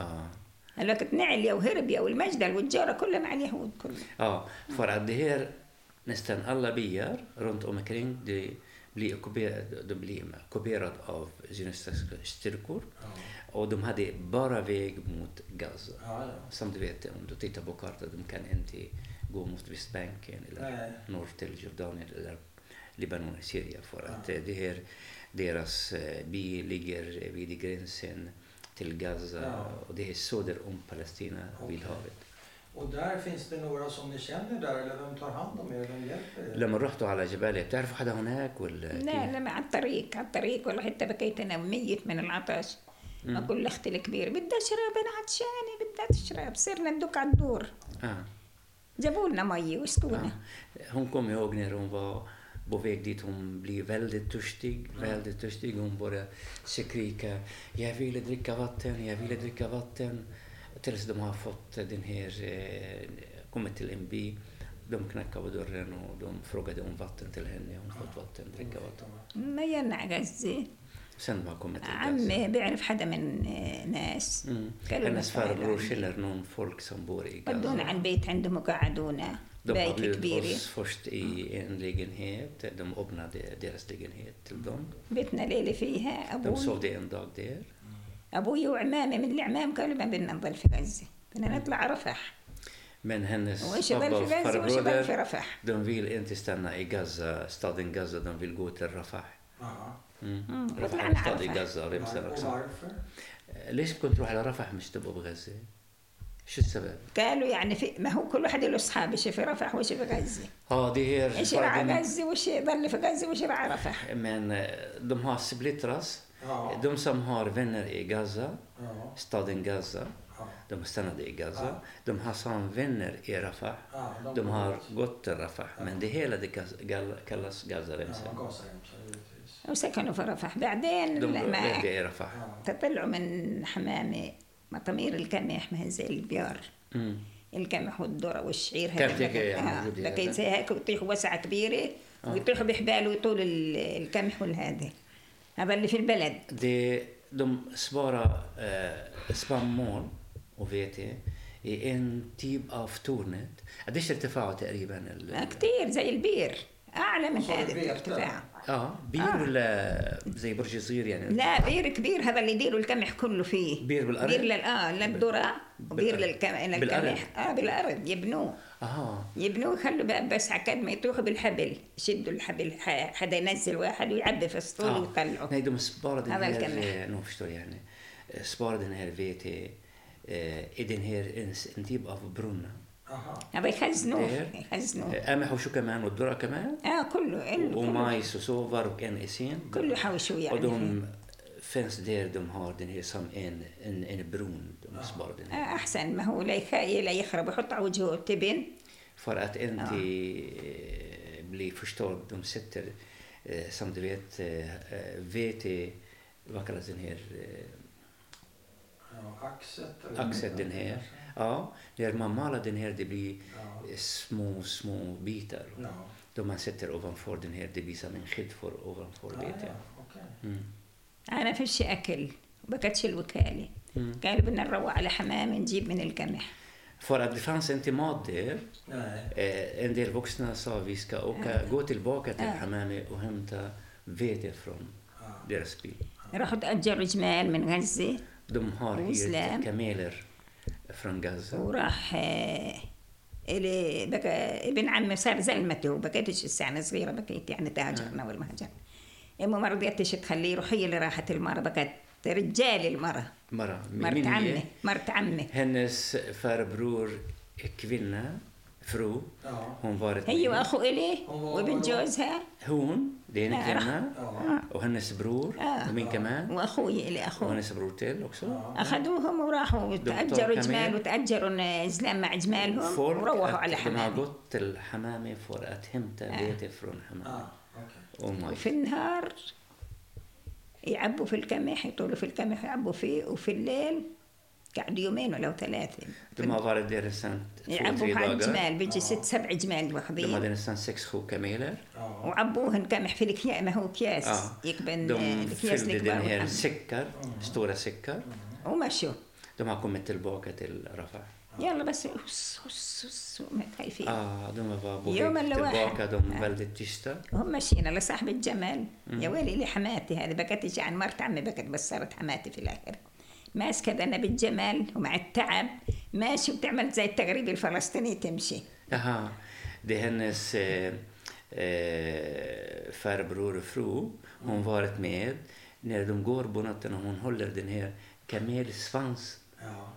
S2: الوقت نعليا وهربيا والمجدل والجورة كلها مع اليهود كلها
S1: ja, för att det här, nästan alla byar runt omkring det blir ockuperade, de blir ockuperade av zionistiska styrkor.
S3: Ja.
S1: Och de hade bara väg mot Gaza.
S3: Ja, ja.
S1: Som du vet, om du tittar på kartan, de kan inte gå mot Västbanken eller
S3: Nej.
S1: norr till Jordanien eller Libanon och Syrien för att eh, det här, deras eh, by ligger vid gränsen till Gaza
S3: Ja.
S1: och det är söder om Palestina vid
S3: Okej.
S1: havet.
S3: Och där finns det några som ni känner där eller vem tar hand om er? Vem hjälper er?
S1: لما رحتوا على جباليا بتعرف حدا هناك ولا
S2: لا لا على الطريق على الطريق والله حتى بكيت انا ميت من العطش اقول لاختي الكبير بدها شراب انا عطشانه بدها تشرب صرنا ندق على الدور
S1: آه.
S2: جابوا لنا مي
S1: Ja.
S2: وسقونا
S1: Hon kom ihåg när hon var på väg dit, hon blev väldigt törstig, väldigt törstig. Hon började skrika, jag ville dricka vatten, jag ville dricka vatten. Tills de har fått den här, eh, kommit till en by, de knackade på dörren och de frågade om vatten till henne. Hon fått vatten, dricka vatten.
S2: ما ينا غزي
S1: Sen var kommit till
S2: عمي بيعرف حدا من آه، ناس
S1: Mm.
S2: قالوا لنا
S1: Hennes farbror
S2: تعالوا.
S1: känner någon folk som bor i
S2: ودونا
S1: Gaza.
S2: عن بيت عندهم وقعدونا
S1: De
S2: بيت
S1: bjöd
S2: كبير
S1: oss först i en lägenhet, de öppnade deras lägenhet till dem.
S2: بيتنا ليلة فيها
S1: De
S2: أبوي
S1: sovde en dag där.
S2: أبوي وعمامي من العمام قالوا ما بدنا نضل في غزة بدنا نطلع رفح
S1: Men hennes
S2: وإيش
S1: pappa
S2: يضل
S1: och
S2: في غزة وإيش يضل في
S1: farbroder,
S2: رفح
S1: de vill inte stanna i Gaza, staden Gaza, de vill gå till Rafah.
S3: Aha.
S1: Mm.
S2: Mm,
S1: Rafah
S2: وطلعنا
S1: är en stad i
S2: Rafah.
S1: Gaza,
S3: Var-
S1: Remsen
S3: Och
S1: också. Eh,
S3: varför?
S1: ليش بدكم تروحوا على رفح مش تبقوا بغزة؟ شو السبب؟
S2: قالوا يعني في ما هو كل واحد له أصحاب إيش في رفح وإيش في غزة
S1: اه دي هير
S2: إيش راعى غزة وإيش يضل في غزة وإيش راعى رفح
S1: Men eh, de har splittras.
S3: Ja.
S1: De som har vänner i Gaza,
S3: Ja.
S1: staden Gaza,
S3: Ja.
S1: de stannade i Gaza.
S3: Ja.
S1: De har som vänner i Rafah.
S3: Ja,
S1: De har gått till Rafah, men det hela det kas- gal- kallas
S3: Ja,
S1: Gazaremsen.
S3: gasaremsor givetvis.
S2: وسكنوا في رفح بعدين
S1: De
S2: لما
S1: levde i Rafah.
S3: Ja.
S2: تطلعوا من حمامة مطامير القمح ما هي زي البيار
S1: Mm.
S2: القمح والذرة والشعير
S1: كان
S2: هذا
S1: فيك إيه
S2: آه،
S1: موجود
S2: بكيت
S1: هذا؟
S2: زي هيك ويطيحوا وسعة كبيرة ويطيحوا بحبال ويطول ال- القمح والهذا هذا اللي في البلد
S1: Det, de sparar eh, spannmål och vete i en typ av tornet. Qdiex ارتفاعه تقريبا؟ ال...
S2: آه، كتير زي البير أعلى من
S3: صار
S2: هذا
S3: البير
S2: الارتفاع
S1: اه بير
S2: آه.
S1: ولا زي برج صغير يعني؟
S2: لا بير كبير هذا اللي يديروا القمح كله فيه
S1: بير بالأرض؟
S2: بير لل اه للذرة وبير
S1: بالأرض.
S2: للقمح
S1: بالأرض؟
S2: للقمح اه بالأرض يبنوه
S1: اها
S2: يبنوه يخلوا بقى بس عكاد ما يطيحوا بالحبل يشدوا الحبل ح- حدا ينزل واحد ويعبي في السطول
S1: آه.
S2: ويطلعوا
S1: Nej, de sparar den
S2: هذا القمح
S1: här, nu förstår jag nu, Eh, sparar den här vete eh, i den här, en, en typ av Eh, brunn.
S3: Aha.
S2: هذا يخزنوه
S1: دير.
S2: يخزنوه
S1: قمح وشو كمان والذرة كمان
S2: اه كله ال- كله,
S1: ومايس وسوفر وكنقسين
S2: كله حوشوه
S1: Och
S2: يعني
S1: de finns där de har den här som en, en, en bron. De sparar den
S2: آه
S1: här.
S2: احسن ما هو لا يخ- إيه، لا يخرب يحط على وجهه تبن
S1: För att inte eh, bli förstörd. De sätter, eh, som du vet, eh, eh, vete, vad kallas den här? Eh,
S3: Ja, axet. eller-
S1: axet, den här. Ja, när man malar den här det blir
S3: Ja.
S1: eh, små, små bitar.
S3: Ja.
S1: De man sätter ovanför den här, det blir som en skydd för ovanför
S3: Ah, ja,
S1: vetet.
S3: okej.
S1: Mm.
S2: انا فيش اكل وبكتش الوكاله
S1: Mm.
S2: قالوا بدنا نروح على حمام نجيب من القمح
S1: För att det fanns inte mat där.
S3: Nej.
S1: Eh, en del vuxna sa vi ska åka, gå tillbaka till Hamami och hämta vete från
S3: Ja.
S1: deras by.
S2: راحوا تاجروا جمال من غزه
S1: De har
S2: Islam.
S1: hyrt kameler från Gaza.
S2: وراح آه، إلي بقى ابن عمي صار زلمته وبقيتش الساعة أنا صغيرة بقيت يعني تاجرنا والمهجر أمه ما رضيتش تخليه يروح هي اللي راحت المرة بقت رجال المرة
S1: Mara,
S2: مرت
S1: min
S2: عمي
S1: je,
S2: مرت عمي
S1: hennes farbror är kvinna, fru,
S3: Ja.
S1: hon varit
S2: هي وأخو إلي
S3: هو-
S2: وابن جوزها
S1: Hon, det är en
S2: Nej,
S1: kvinna.
S3: Ja.
S1: Och hennes bror,
S2: Ja.
S1: och min kaman.
S2: وأخوي إلي
S1: Och
S2: أخوه
S1: hennes bror till också.
S3: Ja.
S2: أخذوهم وراحوا تأجروا
S1: كمان.
S2: جمال وتأجروا زلام مع جمالهم
S1: Folk,
S2: وروحوا
S1: att
S2: على
S1: de har
S2: حمامي
S1: gått till Hamami för att hämta
S2: Ja.
S1: vete från Hamami.
S3: Ah, okej.
S1: Oh my
S2: وفي النهار يعبوا في القمح يطولوا في القمح يعبوا فيه وفي الليل قعدوا يومين ولو ثلاثة
S1: De har varit där nästan två,
S2: يعبوا
S1: tre
S2: على
S1: dagar.
S2: الجمال بيجي ست سبع جمال
S1: De
S2: واخذين
S1: hade nästan sex, sju kameler.
S3: Ja.
S2: وعبوهن قمح في الكياس ما هو كياس
S1: Ja.
S2: يكبن آه،
S1: De
S2: الكياس
S1: fyllde den
S2: الكبار
S1: här
S2: والأصغر.
S1: säckar, stora säckar.
S2: آه. ومشوا
S1: De har kommit tillbaka till Rafah.
S2: يلا بس هس هس هس وما خايفين
S1: Ah, de var på
S2: Jo, men
S1: väg
S2: det var-
S1: tillbaka, de var
S2: Ja.
S1: väldigt tysta.
S2: وهم ماشيين الله صاحب الجمال يا ويلي لحماتي هذه بكت إيش عن مرت عمي بكت بس صارت حماتي في الاخر ماسكه ذنب الجمال ومع التعب ماشي وتعمل زي التغريب الفلسطيني تمشي
S1: Jaha, det är hennes eh, eh, farbror och fru. Hon varit med. När de går på natten och hon håller den här kamelsvans
S3: Ja.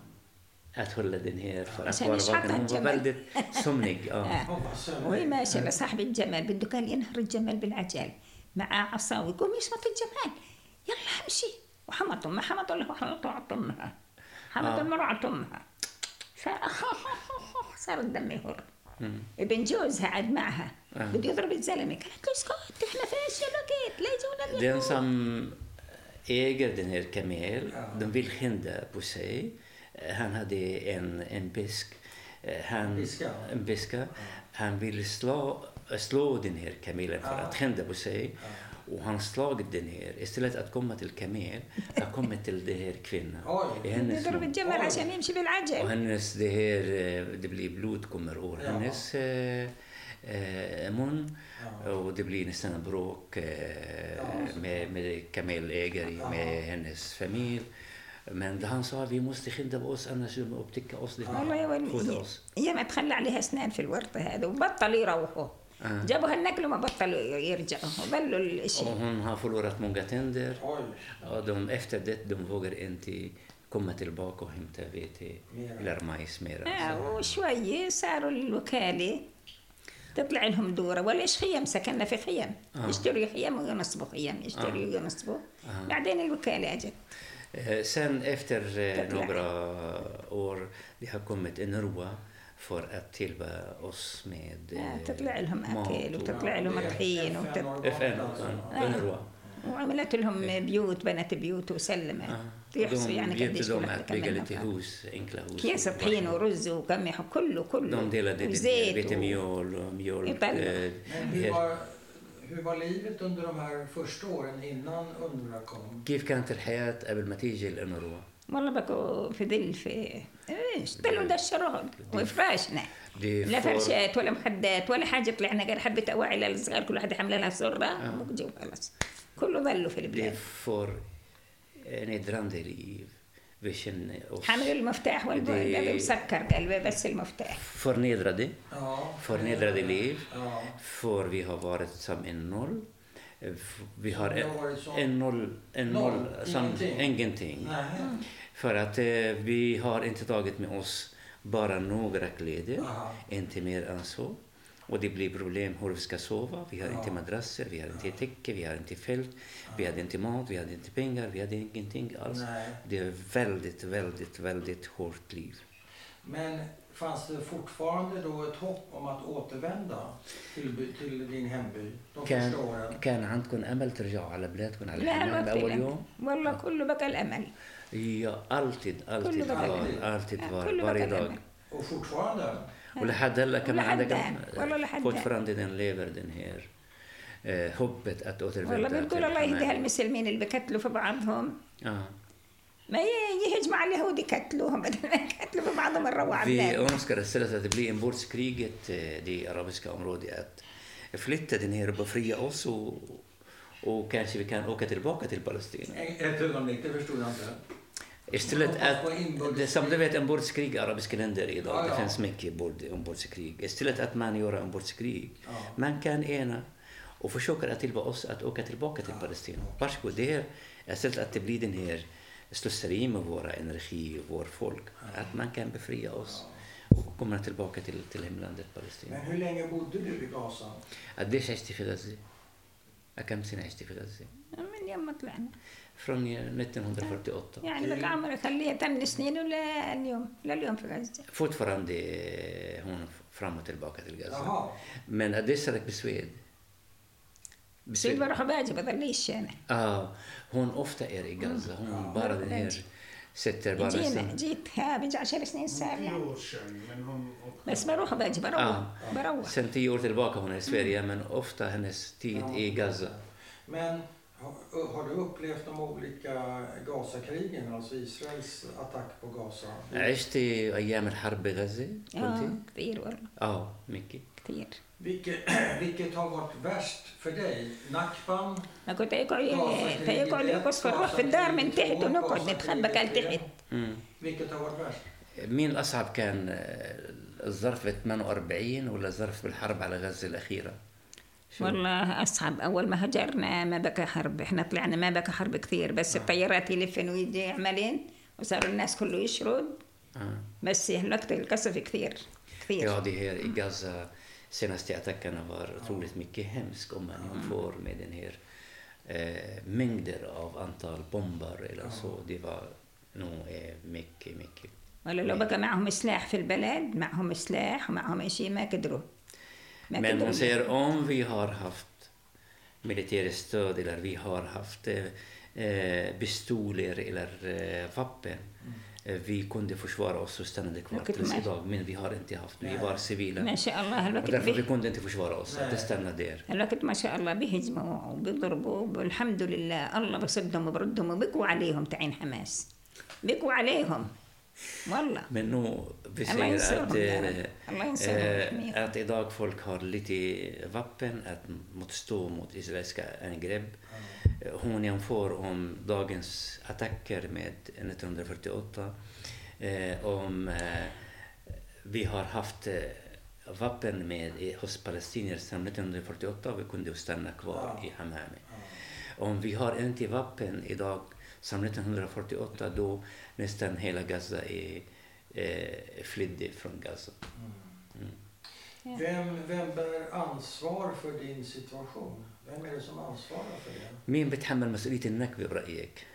S1: att hålla den här för att
S2: عشان
S1: vara
S2: يشحطها
S1: vaken. Hon var
S2: الجمل.
S1: väldigt somnig. Ja.
S3: Åh, vad sömnig.
S2: وهي ماشية لصاحب الجمل بده كان ينهر الجمل بالعجل مع عصا ويقوم يشمط الجمال يلا امشي وحمط امها حمط له حمط عط امها حمط
S1: آه.
S2: المرأة امها صار صار الدم يهر
S1: Mm.
S2: ابن جوزها عاد معها
S1: آه.
S2: بده يضرب الزلمه قالت له اسكت احنا في ايش الوقت لا يجونا
S1: Den som äger den här kamel,
S3: Ja.
S1: de vill skynda på sig. Eh, Han hade en, en pisk. Eh, Han,
S3: Piska?
S1: En piska. Han vill slå, eh, slå den här kamelen för
S3: Ja.
S1: att skynda på sig.
S3: Ja.
S1: Och han slagit den här. Istället att komma till kamel, han kommer till den här kvinnan.
S3: Oj.
S1: I
S2: بده
S1: hennes
S2: يضرب
S1: mun.
S2: الجمل
S3: آه.
S2: عشان يمشي بالعجل
S1: Och hennes, det här, eh, det blir blod kommer ur
S3: Ja.
S1: hennes eh, eh, mun.
S3: Ja.
S1: Och det blir nästan en bråk eh,
S3: Ja.
S1: med, med kamelägare,
S3: Ja.
S1: med hennes familj. Men han sa vi måste skynda på oss annars de upptäcker oss. De
S2: والله يا
S1: skjuta
S2: ولدي
S1: oss.
S2: يا ما تخلى عليها اسنان في الورطه هذا وبطلوا يروحوا
S1: آه.
S2: جابوا هالنقل وما بطلوا يرجعوا وظلوا
S1: Och
S2: الشيء
S1: hon har förlorat många tänder.
S3: Oj.
S1: Och de, efter det de vågar inte komma tillbaka och hämta vete
S3: Mera.
S1: eller majs mera.
S2: آه وشوي صاروا الوكاله تطلع لهم دوره ولا إيش خيم سكننا في خيم
S1: آه.
S2: يشتروا خيم وينصبوا خيم يشتروا وينصبوا بعدين الوكاله اجت
S1: Eh, sen efter eh,
S2: Tack, Lars.
S1: några år det har kommit en urba för att tillbe oss med
S2: آه
S1: eh,
S2: تطلع لهم اكل
S1: och-
S2: وتطلع لهم طحين وتطلع
S1: FN, en
S2: آه.
S1: urba.
S2: وعملت
S1: إيه.
S2: لهم بيوت بنت بيوت
S1: آه.
S2: وسلمت يحصوا
S1: De
S2: يعني
S1: bjöd
S2: قديش
S1: dem
S2: كل
S1: att
S2: حد
S1: bygga
S2: كملنا
S1: lite hus, enkla hus.
S2: اكياس طحين ورز وقمح وكله كله
S1: De delade lite,
S2: وزيت
S1: lite
S2: و-
S1: mjöl och mjölk.
S2: Ibland.
S1: eh,
S3: Men hur var, hur var livet under de här första åren innan UNRWA kom?
S1: كيف كانت الحياة قبل ما تيجي الأنوروا؟
S2: والله بقوا في ظل في ايش ظلوا دشروهم وفراشنا
S1: دي
S2: لا
S1: إيه. فور-
S2: فرشات ولا مخدات ولا حاجه طلعنا غير حبه اواعي للصغار كل واحده حامله لها
S1: آه.
S2: سره وجو خلاص كله ظلوا في
S1: Det
S2: البلاد
S1: får nedrande liv. Vi känner oss
S2: حامل المفتاح
S1: إيه.
S2: والباب
S1: دي-
S2: مسكر قلبه بس المفتاح
S1: förnedrade.
S3: Ja.
S1: Förnedrade liv.
S3: Ja.
S1: För vi har varit som en noll. Eh, f- Vi har
S3: Ni har
S1: en-
S3: varit som-
S1: en noll, en
S3: Noll,
S1: noll, som
S3: ingenting.
S1: ingenting.
S3: Nej.
S1: För att eh, vi har inte tagit med oss bara några kläder,
S3: Aha.
S1: inte mer än så. Och det blir problem hur vi ska sova. Vi har
S3: Ja.
S1: inte madrasser, vi har inte täcke, vi har inte fält, vi hade inte mat, vi hade inte pengar, vi hade ingenting alls.
S3: Nej.
S1: Det är väldigt, väldigt, väldigt hårt liv.
S3: Men fanns det fortfarande då ett hopp om att återvända till, by- till din hemby de
S1: كان
S3: första åren?
S1: كان عندكم امل ترجعوا على بلادكم على
S2: لا
S1: الحمام
S2: الوقت
S1: باول
S2: لا.
S1: يوم؟ آه.
S2: والله كله بقى الامل
S1: يا التد التد
S2: بقى
S1: فار
S3: الأمل.
S1: التد
S2: آه،
S1: فار
S2: كله
S1: باري
S2: بقى
S1: داغ
S2: الأمل.
S3: Och fortfarande?
S1: ولحد هلا كمان
S2: ولحد
S1: عندك
S2: الآن. والله لحد الآن.
S1: fortfarande den lever den här eh, hoppet att återvända
S2: والله بنقول الله
S1: الحمام.
S2: يهدي هالمسلمين اللي بكتلوا في بعضهم
S1: Ja.
S2: ما ي- يهجموا على اليهود يكتلوهم بدل ما يكتلوا في بعضهم الروعه
S1: Vi
S2: بلاد
S1: önskar istället att det blir inbördeskriget eh, det arabiska området att flytta den här och befria oss och, och kanske vi kan åka tillbaka till Palestina.
S3: En- Ett ögonblick, det förstod jag inte.
S1: Istället
S3: Hoppas på
S1: att,
S3: inbördeskrig.
S1: det, som du vet inbördeskrig i arabiska länder idag,
S3: Ja, ja.
S1: det finns mycket bord- inbördeskrig. Istället att man gör inbördeskrig,
S3: Ja.
S1: man kan ena och försöka att tillbe oss att åka tillbaka till
S3: Ja.
S1: Palestina. Varsågod, det här, istället att det blir den här slöseri med våra energi, vår folk, att man kan befria oss och komma tillbaka till, till hemlandet Palestina.
S3: Men hur länge bodde du i Gaza?
S1: قديش عشتي في غزة؟ كم سنة عشتي في غزة؟
S2: من يوم ما طلعنا
S1: Från eh, 1948.
S2: يعني بقى عمري خليها 8 سنين ولا اليوم لليوم في غزه
S1: Fortfarande eh, hon fram och tillbaka till Gaza.
S3: Jaha.
S1: Men قديش صارك بالسويد؟
S2: بصير بروح وباجي بضليش انا
S1: اه هون اوفتا اير اي غزه هون بارا دن هير ستر بارا
S2: جينا
S1: سنة.
S2: جيت ها بيجي 10
S4: آه.
S2: سنين صار
S4: Tio
S2: يعني
S4: år sedan, men hon åkte.
S2: بس بروح وباجي بروح
S1: آه.
S2: بروح
S1: Sen tio år tillbaka hon är i Sverige men ofta hennes tid i Gaza.
S3: Men har, har du upplevt de olika Gazakrigen, alltså Israels attack på Gaza?
S1: عشت ايام الحرب بغزه
S2: اه
S1: كنت؟
S2: كثير والله
S1: اه ميكي
S2: كثير
S3: Vilket, vilket har varit värst för dig? Nakban?
S2: ما كنت آه، يقعد
S3: Gaza-kriget
S2: يقعد
S3: ett,
S2: يقص في الروح في الدار من تحت
S3: Gaza-kriget två,
S2: ونقعد نتخبى
S3: Gaza-kriget
S2: كان
S3: tre.
S2: تحت
S1: مم.
S3: Vilket har varit värst?
S1: مين الاصعب كان آه، الظرف ب 48 ولا الظرف بالحرب على غزه الاخيره؟ شو؟
S2: والله أصعب أول ما هجرنا ما بقى حرب إحنا طلعنا ما بقى حرب كثير بس الطيارات يلفن ويجي عملين وصار الناس كله يشرد
S1: آه. آه.
S2: بس هناك القصف كثير كثير
S1: Ja, det Mm. här i Gaza, senaste attackerna var otroligt mycket hemsk om man jämför med den här eh, mängder av antal bomber eller så. Det var nog eh, mycket, mycket.
S2: ولا لو بقى معهم سلاح في البلد معهم سلاح ومعهم شيء ما قدروا ما
S1: Men hon
S2: قدروا
S1: säger om vi har haft militärt stöd eller vi har haft eh, eh, pistoler eller eh, vapen eh, vi kunde försvara oss och stannade kvar
S2: Vilket
S1: tills
S2: märk-
S1: idag, men vi har inte haft, vi
S3: Nej.
S1: var civila.
S2: ما شاء الله
S1: Och
S2: هلوك
S1: därför vi
S2: بي-
S1: kunde inte försvara oss,
S3: Nej.
S1: att stanna där.
S2: هلوك ما شاء الله بيهجموا وبيضربوا والحمد لله الله بصدهم وبردهم وبقوا عليهم تعين حماس بقوا عليهم والله
S1: Men nu, vi
S2: الله
S1: säger att,
S2: ينصرهم يا
S1: eh,
S2: رب الله ينصرهم ويحميهم.
S1: eh, att idag folk har lite vapen att motstå mot israeliska angrepp. Eh, Hon jämför om dagens attacker med 1948. Eh, om eh, vi har haft eh, vapen med i- hos palestinier sedan 1948 vi kunde stanna kvar
S3: Ja.
S1: i Hamami. Om vi har inte vapen idag som 1948 då nästan hela Gaza är, eh, flydde från Gaza.
S3: Mm.
S1: Mm.
S3: Vem, vem bär ansvar för din situation? Vem är det som ansvarar för det?
S1: مين بتحمل مسؤولية النكبة برأيك؟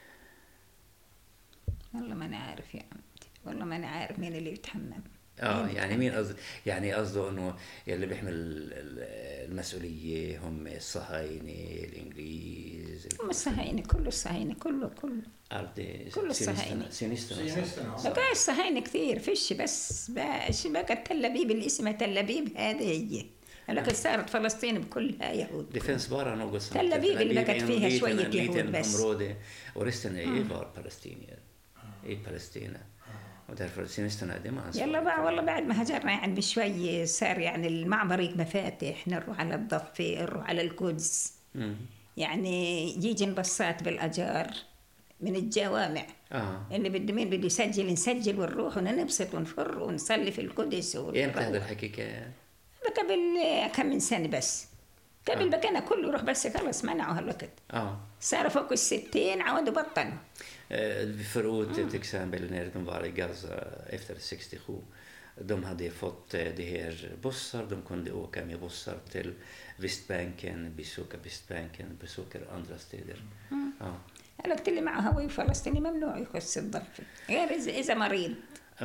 S2: والله ما انا عارف يا عمتي والله ما انا عارف مين اللي يتحمم
S1: اه يعني مين قصد يعني قصده انه يلي بيحمل ال- ال- المسؤوليه هم الصهاينه الانجليز
S2: هم الصهاينه كله الصهاينه كله كله
S1: الارض
S2: كل الصهاينة.
S3: Sionisterna?
S1: سيونيستنا
S2: بقى الصهاينه كثير فيش بس بقى بقى تل ابيب اللي اسمها تل ابيب هذه هي لكن صارت فلسطين بكلها يهود
S1: Det finns bara något som
S2: Tel Aviv
S1: Tel
S2: اللي بقت
S1: är en
S2: فيها
S1: liten-
S2: شوية
S1: en liten
S2: يهود بس.
S1: område och resten
S2: Mm.
S1: är bara palestinier i Palestina. Och därför sionisterna, de är ansvariga.
S2: يلا بقى والله بعد ما هجرنا يعني بشوي صار يعني المعبر يبقى فاتح نروح على الضفه نروح على القدس
S1: Mm.
S2: يعني يجي نبصات بالاجار من الجوامع
S1: اه
S2: اللي بده مين بده يسجل نسجل ونروح وننبسط ونفر ونصلي في القدس
S1: امتى هذا
S2: ونروح.
S1: الحكي كان؟
S2: قبل كم من سنه بس قبل
S1: آه.
S2: بقينا كله روح بس خلص منعوا هالوقت
S1: اه
S2: صار فوق الستين عودوا بطلوا
S1: Eh, Förut
S2: Mm.
S1: till exempel när de var i Gaza efter 67. De hade fått eh, det här bussar, de kunde åka med bussar till Västbanken, besöka Västbanken, besöka andra städer.
S2: Mm.
S1: Ja.
S2: هالوقت اللي معه هوية فلسطيني ممنوع يخش الضفة غير إذا إذا مريض
S1: Ja.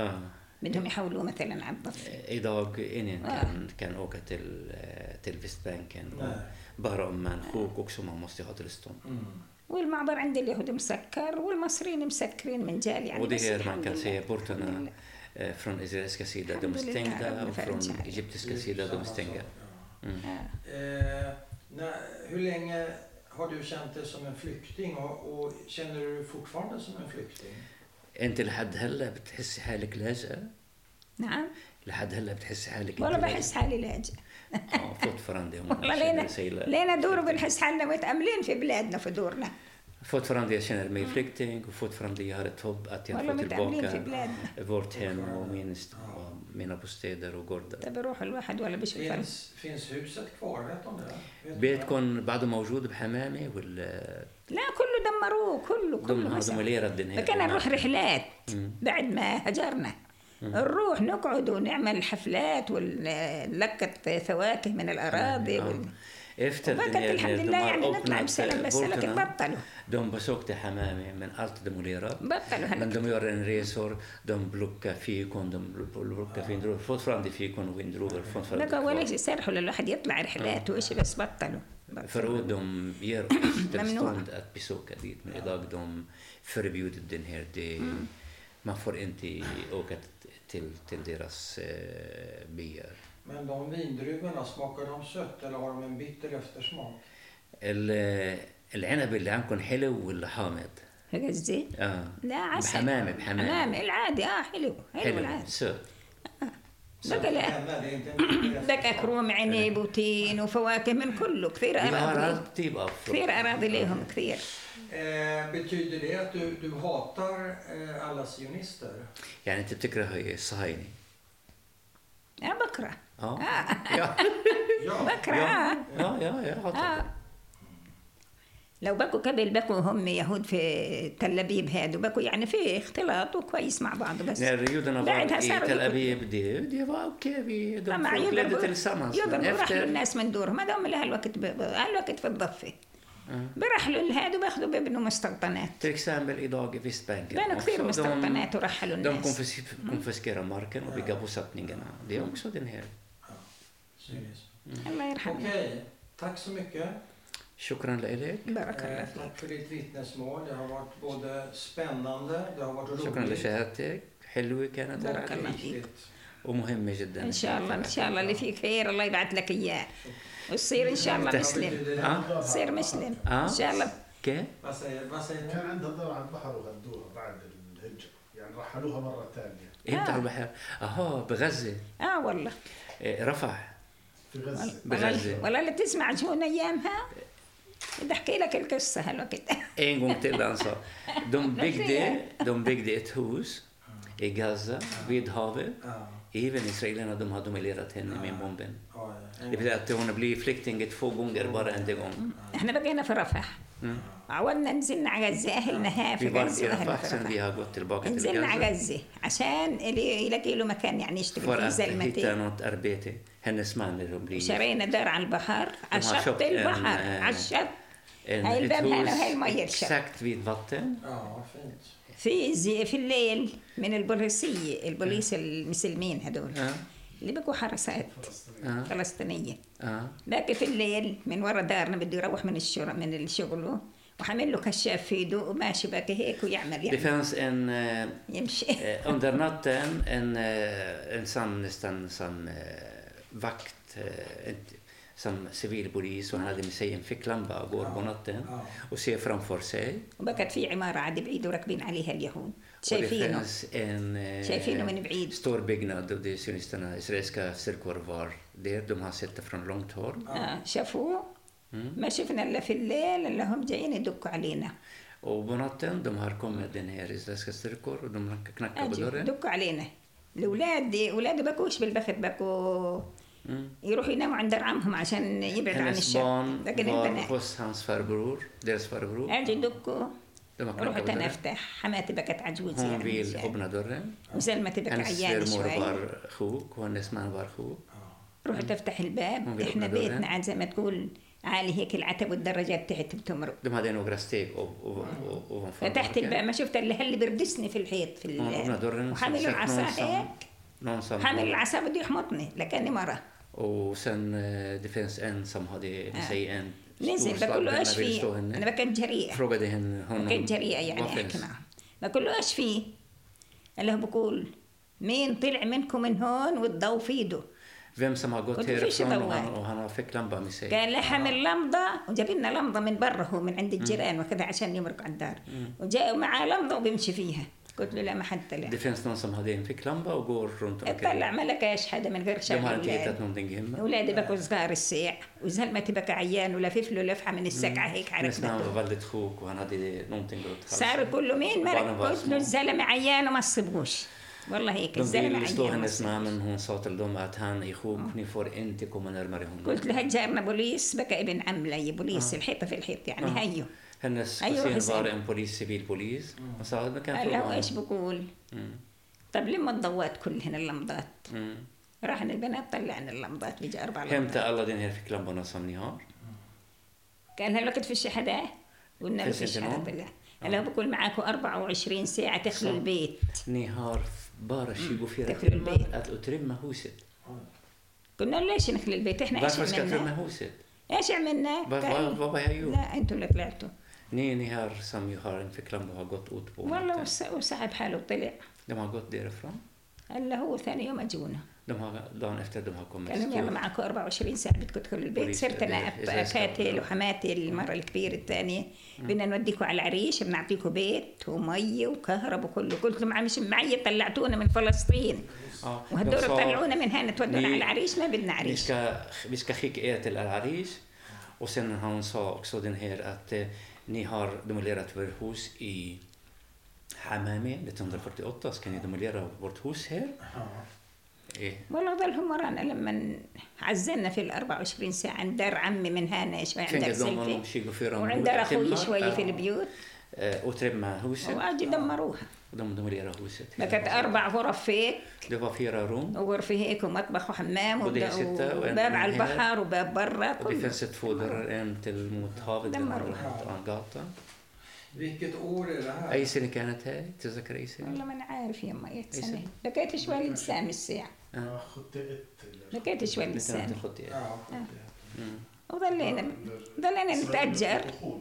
S2: بدهم يحولوه مثلا على الضفة
S1: Eh, Idag ingen kan, kan åka till, eh, till Västbanken. Och
S3: Nej.
S1: Bara om man är sjuk också, man måste ha tillstånd.
S3: Mm.
S2: والمعبر عند اليهود مسكر والمصريين مسكرين من جال يعني
S1: Och det
S2: بس
S1: här
S2: الحمد
S1: man kan
S2: لله.
S1: se
S2: الحمد
S1: portarna
S2: لله.
S1: eh, från israeliska sidan, de är
S2: Alhamdulillah,
S1: stängda och
S2: Rabbi
S1: från
S2: Faraj.
S1: egyptiska sidan, de är stängda. Mm.
S2: آه.
S3: Eh, när, hur länge har du känt dig som en flykting och, och känner du dig fortfarande som en flykting?
S1: انت لحد هلا بتحسي حالك لاجئه؟
S2: نعم
S1: لحد هلا بتحسي حالك
S2: والله
S1: أنت
S2: بحس حالي لاجئ
S1: لاجئة؟ اه فوت فرندي هم
S2: والله لينا لينا دور
S1: بالحياه
S2: بنحس حالنا متأملين في بلادنا في دورنا
S1: فوت فرندي jag känner mig flykting och fortfarande jag har ett hopp att jag
S2: والله
S1: får
S2: متأملين في
S1: tillbaka
S2: بلادنا
S1: vårt hem och min, och mina bostäder och gårdar.
S2: طب بروح طيب الواحد ولا بيشوف فرق.
S3: Finns, finns huset kvar? Vet de det? Vet de det?
S1: بيتكم بعده موجود بحمامه ولا
S2: لا كله دمروه كله كله
S1: ضمها
S2: مسح.
S1: ضمليرة الدنيا
S2: فكان نروح رحلات بعد ما هجرنا نروح نقعد ونعمل حفلات ونلقط فواكه من
S1: آه، نعم.
S2: الأراضي وال...
S1: Efter den
S2: وبكت
S1: här
S2: الحمد
S1: när de
S2: لله
S1: har
S2: يعني نطلع بسلام
S1: öppnat
S2: بس لكن
S1: portarna,
S2: بطلوا
S1: de besökte Hamami men allt demolerat.
S2: بطلوا
S1: Men
S2: هلأ
S1: de gör en resor, de plockar fikon, de plockar vindruvor. Fortfarande fikon och vindruvor. fortfarande
S2: بقى ولا
S1: kvar.
S2: يسرحوا للواحد يطلع
S1: آه.
S2: رحلات وإشي بس بطلوا
S1: Förut de ger oss
S2: ممنوع.
S1: tillstånd att besöka dit, men idag de förbjuder den här. Det, man får inte åka t- till, till deras eh, byar.
S3: Men de vindruvorna, smakar de sött eller har de en bitter eftersmak?
S1: ال- العنب اللي عندكم حلو ولا حامض؟
S2: هيك قصدي
S1: آه.
S2: لا عسل
S1: بحمامة بحمامة
S2: حمامة العادي اه حلو حلو
S1: حلو
S2: العادي
S1: سود
S3: Sött
S2: بقى لا
S3: ämne, det är inte en bitter
S2: بقى
S3: eftersmak.
S2: كروم عنب وتين وفواكه من كله كثير
S1: Vi har
S2: أراضي
S1: all typ av
S2: كثير أراضي ليهم كثير
S3: Eh, betyder det att du, du hatar eh, alla sionister?
S1: يعني انت بتكره الصهاينه
S2: أنا بكره
S1: اه
S2: آه.
S1: يا
S3: Ja.
S2: بكره آه.
S1: يا يا يا
S2: آه.
S1: حطها.
S2: لو بقوا قبل بقوا هم يهود في تل ابيب هادو بقوا يعني في اختلاط وكويس مع بعض بس
S1: När judarna
S2: بعدها
S1: var i
S2: صاروا
S1: Tel
S2: يقتلوا.
S1: Aviv, det, det var okej. Vi, de
S2: طبعا
S1: flög
S2: يضربوا
S1: tillsammans. Men
S2: يضربوا رحلوا
S1: efter,
S2: الناس من دورهم هذا هم اللي هالوقت ب- ب- هالوقت في الضفه
S1: آه.
S2: برحلوا لهادو بياخذوا بيبنوا مستوطنات
S1: till exempel idag i Västbanken
S2: بنوا كثير
S1: också, de,
S2: مستوطنات ورحلوا
S1: de
S2: الناس
S1: konfis- konfiskerar marken och bygger bosättningarna. Det är också den här.
S3: Syris.
S2: الله يرحمه
S3: Okej, tack så mycket.
S1: Shukran Lelek.
S2: بارك الله فيك
S3: Eh,
S1: آه.
S3: tack för ditt vittnesmål. Det har varit både spännande, det har varit
S1: شكرا
S3: roligt.
S1: لشهادتك حلوة كانت
S2: بارك
S1: رائعة
S2: الله.
S3: viktigt.
S1: ومهمة جدا
S2: ان شاء الله ان شاء الله
S1: آه.
S2: اللي فيه خير الله يبعث لك اياه وتصير ان شاء الله
S1: أنت-
S2: مسلم
S1: آه.
S2: تصير مسلم
S1: آه.
S2: ان شاء الله
S1: كيف؟
S3: Vad säger, vad säger ni?
S4: كان عندها دار على البحر وغدوها بعد الهجرة يعني رحلوها مرة ثانية
S1: امتى
S2: آه.
S1: على البحر؟ اهو بغزة
S2: اه والله
S1: إيه، رفح
S4: في غزة
S1: بغزة.
S2: ولا, ولا اللي تسمع شلون ايامها بدي احكي لك القصه هالوقت
S1: En gång till alltså. De byggde, de byggde ett hus i Gaza, vid havet.
S3: Ja,
S1: Även israelerna de har dominerat henne med bomben.
S3: ja,
S2: آه.
S1: Det betyder att hon blir flykting två gånger, bara en gång.
S2: احنا آه. بقينا في رفح عودنا نزلنا على غزه اهلنا ها آه. في
S1: Vi var
S2: غزه
S1: i
S2: واهلنا
S1: Rafah,
S2: في
S1: sen
S2: رفح
S1: vi har gått tillbaka till
S2: نزلنا على
S1: Gaza
S2: غزه عشان اللي يلاقي له مكان يعني يشتغل
S1: för
S2: فيه
S1: att
S2: زي
S1: hitta
S2: المتين
S1: något arbete. Hennes man när hon blir
S2: شرينا دار على البحر على
S1: وما
S2: شط
S1: شفت إن-
S2: البحر على الشط
S1: en,
S2: هاي
S1: ett
S2: الباب هنا وهاي
S1: hus
S2: المية الشرق.
S1: exakt vid vatten.
S3: ja, fint.
S2: في زي في الليل من البوليسية البوليس المسلمين هدول
S1: Ja,
S2: اللي بقوا حرسات آه.
S1: ja,
S2: فلسطينية
S1: ja.
S2: باقي في الليل من ورا دارنا بده يروح من الشغل من الشغل وحامل له كشاف في ايده وماشي باقي هيك ويعمل
S1: Det
S2: يعني
S1: fanns en, eh,
S2: يمشي
S1: eh, under natten en, eh, en sån nästan som eh, vakt, eh, en- som civilpolis och han hade med sig en ficklampa och går på natten
S3: Ja.
S1: och ser framför sig.
S2: وبقت في عمارة عاد بعيد وراكبين عليها اليهود
S1: Och det
S2: شايفينه
S1: finns en eh,
S2: شايفينه من بعيد
S1: stor byggnad och det är sionisterna, israeliska styrkor var där. De har sett det från långt håll.
S2: آه شافوه ما شفنا الا في الليل الا هم جايين يدقوا علينا
S1: Och på natten de har kommit den här israeliska styrkor och de knackar på
S2: اجوا
S1: dörren.
S2: دقوا علينا الاولاد اولاد بكوش بالبخت بكوا
S1: Mm.
S2: يروحوا يناموا عند دار عمهم عشان يبعد عن
S1: Hennes
S2: الشام
S1: barn
S2: لكن
S1: var
S2: البنات
S1: hos hans farbror, deras farbror.
S2: اجي دقوا
S1: De har knackat på
S2: رحت انا
S1: dörren.
S2: افتح حماتي بكت عجوز
S1: Hon
S2: يعني
S1: vill
S2: مشان.
S1: öppna dörren.
S2: وسلمى بكى
S1: Hennes
S2: عيانه
S1: svärmor
S2: شوي
S1: var sjuk och hennes man var sjuk.
S2: رحت افتح
S1: هون
S2: الباب
S1: بيروح
S2: احنا
S1: لدورها.
S2: بيتنا عاد زي ما تقول عالي هيك العتب والدرجات تحت بتمرق
S1: De hade några steg ov- ov- ov- ovanför
S2: فتحت الباب ما شفت الا هاللي بردسني في الحيط في
S1: Hon öppnade dörren
S2: ال-
S1: och
S2: وحامل العصا هيك
S1: någon som...
S2: حامل العصا بده يحمطني لكاني مره
S1: Och sen eh, det finns en som hade med sig en
S2: نزل بقول له ايش
S1: vill
S2: في
S1: slå
S2: انا
S1: henne.
S2: بكت جريئه
S1: Frågade henne honom
S2: كانت جريئة يعني
S1: vad
S2: أحكي
S1: finns.
S2: معه بقول له إيش فيه؟ قال له بقول مين طلع منكم من هون والضو في ايده؟
S1: Vem som har gått
S2: قلت له في شي
S1: härifrån och
S2: ضوء.
S1: han, och han har ficklampa med sig.
S2: قال له حمل لمضة وجاب لنا لمضة من برا هو من عند الجيران وكذا عشان يمرق على الدار وجاء معاه لمضة وبيمشي فيها قلت له لا ما حد طلع
S1: Det finns någon som hade en ficklampa och går runt
S2: طلع
S1: omkring.
S2: ما لقاش حدا من غير
S1: De har
S2: شغل
S1: inte hittat
S2: ولاد
S1: någonting hemma.
S2: اولادي بقوا صغار السيع وزلمتي بقى عيان ولفف له لفحه من السقعه هيك على
S1: Hennes man
S2: ركبته
S1: var väldigt sjuk och han hade någonting runt
S2: صار
S1: halsen.
S2: يقول له مين
S1: وبعدين
S2: مرق
S1: بقى
S2: قلت له
S1: اسمه.
S2: الزلمه عيان وما تصبوش والله هيك
S1: De
S2: الزلمه
S1: ville slå
S2: عيان وما
S1: hennes man
S2: تصبوش.
S1: men hon sa till dem att han är sjuk, ni får inte komma närmare honom.
S2: قلت لها جارنا بوليس بقى ابن عم لي بوليس الحيطه في الحيط يعني
S1: آه.
S2: هيو
S1: Hennes
S2: أيوة،
S1: kusin
S2: حسين.
S1: var en polis, civilpolis. Hon sa att man kan
S2: قال
S1: fråga
S2: له ايش
S1: honom.
S2: بقول؟
S1: Mm.
S2: طب لما الضوات كلهن اللمضات
S1: Mm.
S2: راحن البنات طلعن اللمضات بيجي اربع لمضات
S1: Hämta alla den här ficklamporna som ni har.
S2: قال هالوقت فيش حدا قلنا له
S1: فيش
S2: فيش
S1: إنت
S2: حدا
S1: نوم؟
S2: طلع قال له بقول معاكم 24 ساعه تخلوا
S1: آه. صح.
S2: البيت
S1: Ni har bara 24
S2: تخرب
S1: timmar
S2: البيت.
S1: att utrymma huset.
S2: قلنا له ليش نخلي البيت احنا
S1: Varför
S2: ايش
S1: ska utrymma
S2: عملنا؟
S1: huset?
S2: ايش عملنا؟
S1: Vad, vad,
S2: قال
S1: vad har jag gjort?
S2: لا انتم اللي طلعتوا
S1: Ni, ni har som ju har en ficklampa har gått ut på
S2: والله
S1: natten.
S2: وس- وسحب حاله وطلع
S1: De har gått därifrån.
S2: قال له هو ثاني يوم اجونا
S1: De har, dagen efter de har kommit.
S2: قال لهم يلا معكم 24 ساعة بدكم تدخلوا البيت
S1: بوليس
S2: صرت أنا
S1: إذا- إذا
S2: أكاتل
S1: استقبلوا.
S2: وحماتي المرة الكبيرة الثانية بدنا نوديكم على العريش بنعطيكم بيت ومي وكهرب وكله قلت لهم مش معي طلعتونا من فلسطين
S1: Ja, de
S2: وهدول
S1: sa-
S2: طلعونا من هنا تودونا
S1: ليه؟
S2: على العريش ما بدنا
S1: Vi
S2: عريش
S1: ska, vi ska skicka er till Al-Arish. Och sen han sa också den här att eh, ni har demolerat vårt hus i Hamami 1948. Ska ni demolera vårt hus här?
S3: Ja.
S1: ايه
S2: والله ظلهم ورانا لما عزلنا في ال 24 ساعة عند دار عمي من هنا شوي عند
S1: كان
S2: دار
S1: قدامهم
S2: سلفي
S1: شي غفيرهم
S2: وعند دار أخوي شوي
S1: آه.
S2: في البيوت
S1: eh, وترمى هوسة
S2: وأجي دمروها
S1: ضم دمري هوسة
S2: بكت أربع غرف هيك
S1: دبا فيرا روم
S2: وغرفة هيك ومطبخ وحمام
S1: ودي
S2: وبدا-
S1: ستة وين-
S2: وباب على
S1: وين هي؟
S2: البحر وباب برا
S1: Och det
S2: كله
S1: finns ett foder, en till mot havet, den
S2: Dämmer.
S1: andra mot Angatan.
S3: Vilket år är det här?
S1: أي سنة كانت هاي؟ تتذكر أي سنة؟
S2: والله ما أنا عارف يما إيه
S1: إيه
S2: سنة لقيت شوي لسام الساعة
S4: آه، خطئت
S2: لقيت شوي لسام
S1: 1971.
S3: Ja.
S1: Mm.
S2: وظلينا
S4: آه،
S2: ظلينا نتأجر
S1: آه.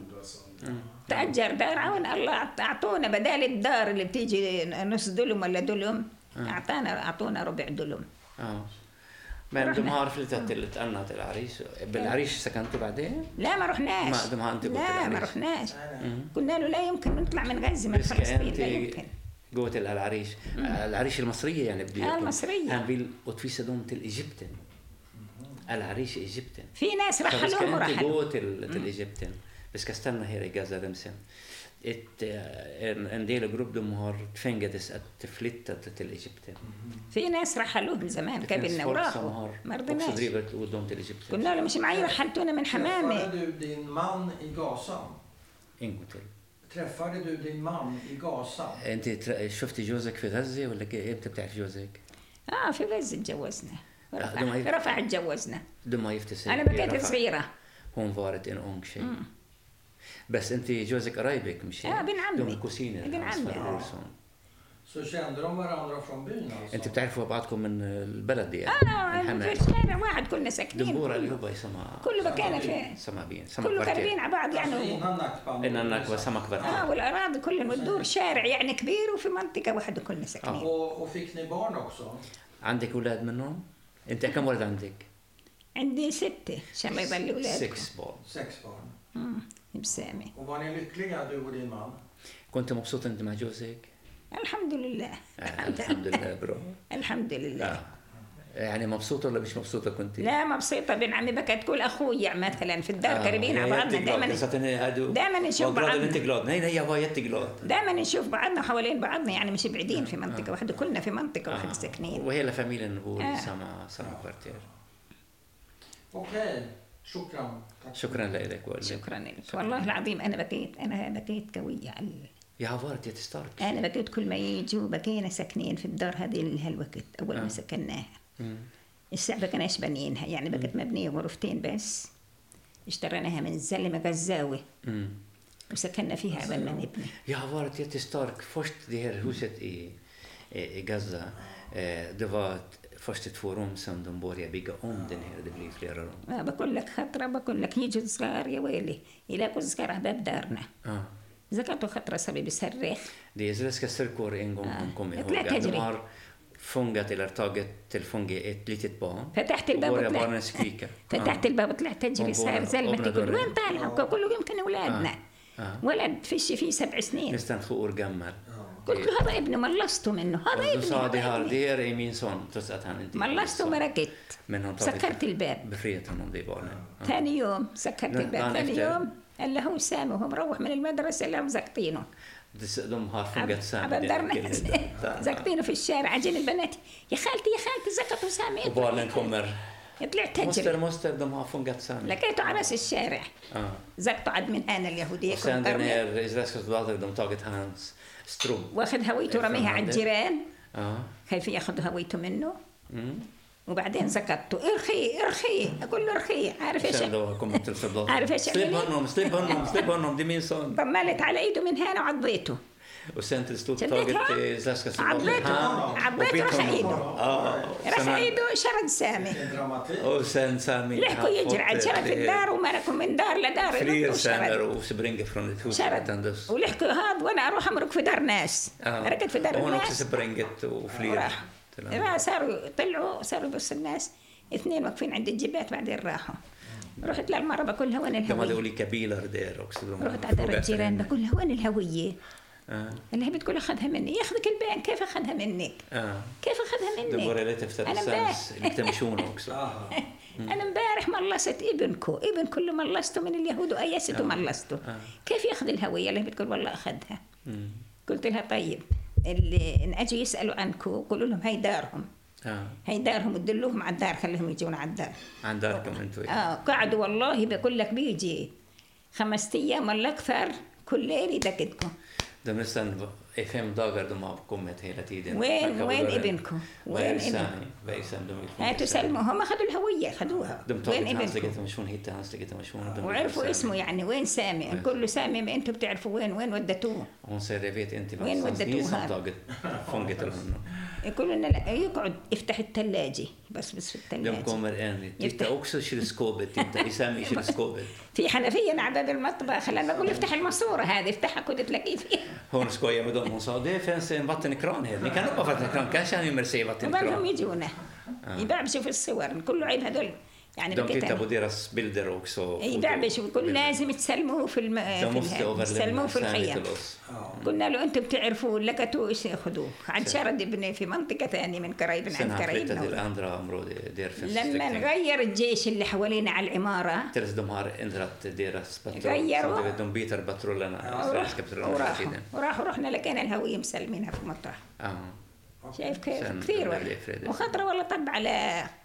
S2: تأجر دار عون الله أعط- أعطونا بدال الدار اللي بتيجي نص دلم ولا دلم
S1: آه.
S2: أعطانا أعطونا ربع دلم
S1: Ja. Men de har flyttat till ett annat, El Arish. Bel Arish سكنتوا بعدين؟
S2: لا ما رحناش
S1: ما- ده ما عندكم
S2: لا ما
S1: بالعريش.
S2: رحناش
S3: Nej, nej.
S1: Mm.
S2: قلنا له لا يمكن نطلع من غزة من
S1: بس
S2: فلسطين لا
S1: كانت
S2: يمكن
S1: قوة ال- العريش العريش المصرية يعني بدي
S2: آه، المصرية.
S1: Han vill utvisa dem till Egypten. العريش إيجيبتن.
S2: في ناس
S1: فبس
S2: رحلوهم
S1: كانت
S2: ورحلوا
S1: قوة الإيجيبتن بس كستنى هير i Gaza remsen. Ett, eh, en, en del grupp de har tvingades att flytta till Egypten.
S2: في ناس رحلوهم زمان
S1: Det finns
S2: قبلنا
S1: folk som har
S2: وراحوا ما
S1: också
S2: رضيناش
S1: drivit ut dem till Egypten.
S2: قلنا له مش معي رحلتونا من
S3: Träffade
S2: حمامي
S3: du din man i Gaza?
S1: En gång till.
S3: Träffade du din man i Gaza?
S1: انت تر- شفتي جوزك في غزه ولا ك- امتى بتعرف جوزك؟
S2: اه في غزة اتجوزنا
S1: لا، ده ما يف-
S2: رفع, رفع اتجوزنا
S1: لما يفتسل
S2: انا بقيت
S1: رفع.
S2: صغيرة
S1: هون فارت ان اونغ شيء
S2: مم.
S1: بس انت جوزك قرايبك مش
S2: آه، بن عمي.
S1: دوم كوسينة
S2: بن
S1: hans
S2: عمي.
S1: farbror
S3: آه.
S1: son.
S3: Så kände de varandra från byn alltså?
S1: انت بتعرفوا بعضكم من البلد يعني
S2: اه
S1: الحمام.
S2: في شارع واحد كنا ساكنين
S1: دنبورة اللي
S2: كله,
S1: هو يسمى
S2: كله مكان في
S1: سما بين سما
S2: كله
S1: كوارتير.
S2: قريبين على بعض
S3: Alltså
S2: يعني
S3: innan Nakba?
S1: Innan Nakba, samma kvarter.
S2: اه والاراضي كلها والدور شارع يعني كبير وفي منطقه واحده كلنا ساكنين
S1: آه.
S3: Och, och fick ni barn också?
S1: عندك اولاد منهم؟ انت كم ولد عندك؟
S2: عندي سته ان شاء الله يضل اولادكم
S1: Six ball.
S3: Sex barn.
S2: أمم، بسامي
S3: Och var ni lyckliga du och din man?
S1: كنت مبسوط انت مع جوزك؟
S2: الحمد لله
S1: آه، الحمد لله برو آه.
S2: الحمد لله
S1: لا يعني مبسوطة ولا مش مبسوطة كنت؟
S2: لا مبسوطه بين عمي بكت كل اخويا مثلا في الدار
S1: آه،
S2: قريبين على
S1: يا
S2: بعضنا
S1: يتي glad.
S2: دائما
S1: قصة إن هادو-
S2: دايماً نشوف
S1: والله glad
S2: بعضنا.
S1: إن انت جلاد ني ني يابا يتي جلاد
S2: دائما نشوف بعضنا حوالين بعضنا يعني مش بعيدين
S1: آه.
S2: في منطقه واحده كلنا في منطقه واحده ساكنين
S1: وهي لفاميليا نقول
S2: آه.
S1: سما سما كوارتير
S3: Okej, shukran. Tack.
S1: شكرا لك ولك
S2: شكرا لك والله العظيم انا بكيت انا بكيت قويه على ال-
S1: يا عبارة يا تستارت
S2: انا بكيت كل ما يجوا بكينا ساكنين في الدار هذه لهالوقت اول
S1: آه.
S2: ما سكناها الساعة ما كناش بانيينها يعني بقت مبنية غرفتين بس اشتريناها من زلمة غزاوي وسكننا فيها قبل ما نبني
S1: يا عبارة يا تستارك فشت دي هير هوست اي i Gaza, eh, det var ett- först två rum som de började bygga om den här, det blev flera rum.
S2: ما آه، بقول لك خطرة بقول لك يجوا صغار يا ويلي يلاقوا صغار على باب دارنا
S1: Ja.
S2: زكاته خطرة صبي بيصرخ
S1: Det är israeliska styrkor en gång,
S2: Ja,
S1: hon kom
S2: ett
S1: ihåg, att de
S2: läkargrej.
S1: har fångat eller tagit till fånge ett litet barn.
S2: فتحت الباب
S1: وورا
S2: وطلعت
S1: بارنا سكيكة.
S2: فتحت
S1: آه.
S2: الباب وطلعت تجري
S1: وبورا-
S2: صار زلمة
S1: وبورا
S2: تقول
S1: دوري.
S2: وين طالع كله يمكن اولادنا
S1: آه، آه.
S2: ولد فيش فيه سبع سنين
S1: Nästan två år gammal. Eh,
S3: Ja.
S2: قلت
S1: إيه.
S2: له هذا ابنه ملصته منه هذا
S1: Och då
S2: ابني,
S1: sa de
S2: هذا
S1: här,
S2: ابني
S1: det här är min son, trots att han inte är min
S2: ملصته
S1: son.
S2: ما رقدت
S1: Men hon
S2: سكرت الباب
S1: befriat honom, det barnet. Ja.
S2: ثاني يوم سكرت
S1: آه. لا،
S2: الباب
S1: لا،
S2: ثاني
S1: نفتر.
S2: يوم قال له هو سامي وهو مروح من المدرسة لا مزقطينه
S1: De- De har fångat Sami.
S2: على
S1: där.
S2: الدار زقطينه في الشارع عجل البنات يا خالتي يا خالتي زقطوا سامي
S1: Och barnen kommer.
S2: طلع
S1: Moster,
S2: تجري
S1: moster, de har fångat Sami.
S2: لقيته على راس الشارع
S1: Ja.
S2: زقطوا عاد من هنا اليهودية
S1: Och sen den
S2: كنت
S1: här israeliska soldaten, de tagit hans strubb.
S2: واخذ هويته
S1: إيه،
S2: ورميها على الجيران
S1: Ja.
S2: خايف ياخذ هويته منه
S1: Mm.
S2: وبعدين زقطته ارخي ارخي اقول له ارخي عارف ايش
S1: Sen då kommer till soldaten.
S2: عارف ايش
S1: Släpp
S2: عمل
S1: honom, släpp honom, släpp honom, det är min son.
S2: طملت على ايده من هنا وعضيته
S1: Och sen till slut
S2: Sen dit
S1: taget
S2: han.
S1: eh, svenska soldaten
S2: Arbetet.
S1: han och
S2: Arbetet
S1: bett
S2: var
S1: honom.
S2: skidor.
S1: Ja, och sen
S2: رفع
S1: han-
S2: ايده شرد سامي
S3: Vilken dramatik.
S1: Och sen Sami
S2: لحقوا يجري عاد
S1: eh,
S2: شرد في الدار ومرقوا من دار لدار
S1: Fler
S2: يردوا
S1: sändare
S2: شرد
S1: och springer från ett hus
S2: شرد
S1: utandes.
S2: ولحقوا هذا وانا اروح امرق في دار ناس
S1: آه.
S2: رقت في دار
S1: Hon också
S2: الناس
S1: sprungit och fler.
S2: وراح
S1: till andra.
S2: لا صاروا طلعوا صاروا بس الناس اثنين واقفين عند الجبات بعدين راحوا رحت للمره بقول لها وين
S1: De hade
S2: الهويه
S1: olika bilar där också. De
S2: رحت على دار
S1: frågade
S2: الجيران
S1: henne.
S2: بقول لها وين الهويه؟
S1: Ja,
S2: اللي هي بتقول اخذها مني ياخذك البان كيف اخذها منك؟
S1: ja.
S2: كيف اخذها
S1: De
S2: منك؟
S1: började leta efter
S2: Alla
S1: sams
S2: bär.
S1: legitimation också.
S3: Aha.
S2: انا امبارح ملصت ابنكو ابنكو اللي ملصته من اليهود وايسته ملصته
S1: آه.
S2: كيف ياخذ الهويه اللي هي بتقول والله اخذها
S1: Mm.
S2: قلت لها طيب اللي ان اجوا يسالوا عنكم قولوا لهم هاي دارهم
S1: اه
S2: هي دارهم تدلوهم على الدار خليهم يجون على الدار
S1: عن داركم انتم
S2: اه قعدوا والله بقول لك بيجي خمسة ايام ولا اكثر كل ليل يدقدكم
S1: Det är nästan i fem dagar de har kommit hela tiden.
S2: وين-
S1: Tackar
S2: وين
S1: vare-
S2: ابنكم؟
S1: Vad
S2: وين
S1: är Sami?
S2: ابنكم؟
S1: Vad är Sami? De är från
S2: هاتوا
S1: Sami.
S2: سلموا هم اخذوا الهوية خذوها
S1: De tar
S2: وين
S1: inte hans
S2: ابنكم؟
S1: legitimation, hittar hans legitimation. De är från
S2: وعرفوا
S1: Sami.
S2: اسمه يعني وين سامي نقول له سامي ما انتم بتعرفوا وين وين ودتوه
S1: Hon säger, jag vet inte
S2: وين
S1: var ni
S2: ودتوها؟
S1: som tagit fångat honom.
S2: يقولوا لنا لا يقعد يفتح الثلاجة بس بس في
S1: De
S2: الثلاجة
S1: kommer en. Titta också i kylskåpet, titta. I Sami i kylskåpet.
S2: في حنفية على باب المطبخ لما اقول افتح الماسورة هذه افتحها كنت تلاقيه فيها
S1: Hon skojade med dem. Hon sa, det finns en vattenkran här. Ni kan öppna vattenkran. Kanske han gömmer sig i
S2: وبالهم
S1: vattenkran.
S2: يجونا يبعبشوا في الصور نقول له عيب هذول يعني
S1: De
S2: بقيت
S1: tittar på
S2: أنا-
S1: deras bilder också.
S2: يبعبش ويقول لازم تسلموه في الم...
S1: De
S2: في
S1: måste
S2: الها- تسلموه
S1: överlämna
S2: في
S1: Sami
S2: الخيام
S1: till oss.
S3: Ja.
S2: قلنا له انتم بتعرفوا لقتوا ايش ياخذوه عن شرد ابني في منطقه ثانيه من قرايبنا
S1: Sen
S2: عند
S1: han flyttade till
S2: قرايبنا
S1: andra områden. Där finns
S2: لما
S1: flyktingar.
S2: نغير الجيش اللي حوالينا على العماره
S1: Tills de har ändrat deras patrull.
S2: غيروا.
S1: Så du vet, de byter patrullerna, israeliska patrullerna hela
S2: وراحوا
S1: tiden.
S2: وراحوا رحنا لقينا الهويه مسلمينها في المطرح
S1: Ja.
S2: شايف كيف
S1: سن
S2: كثير
S1: ولا
S2: والله
S1: يفرق.
S2: وخطره والله طب على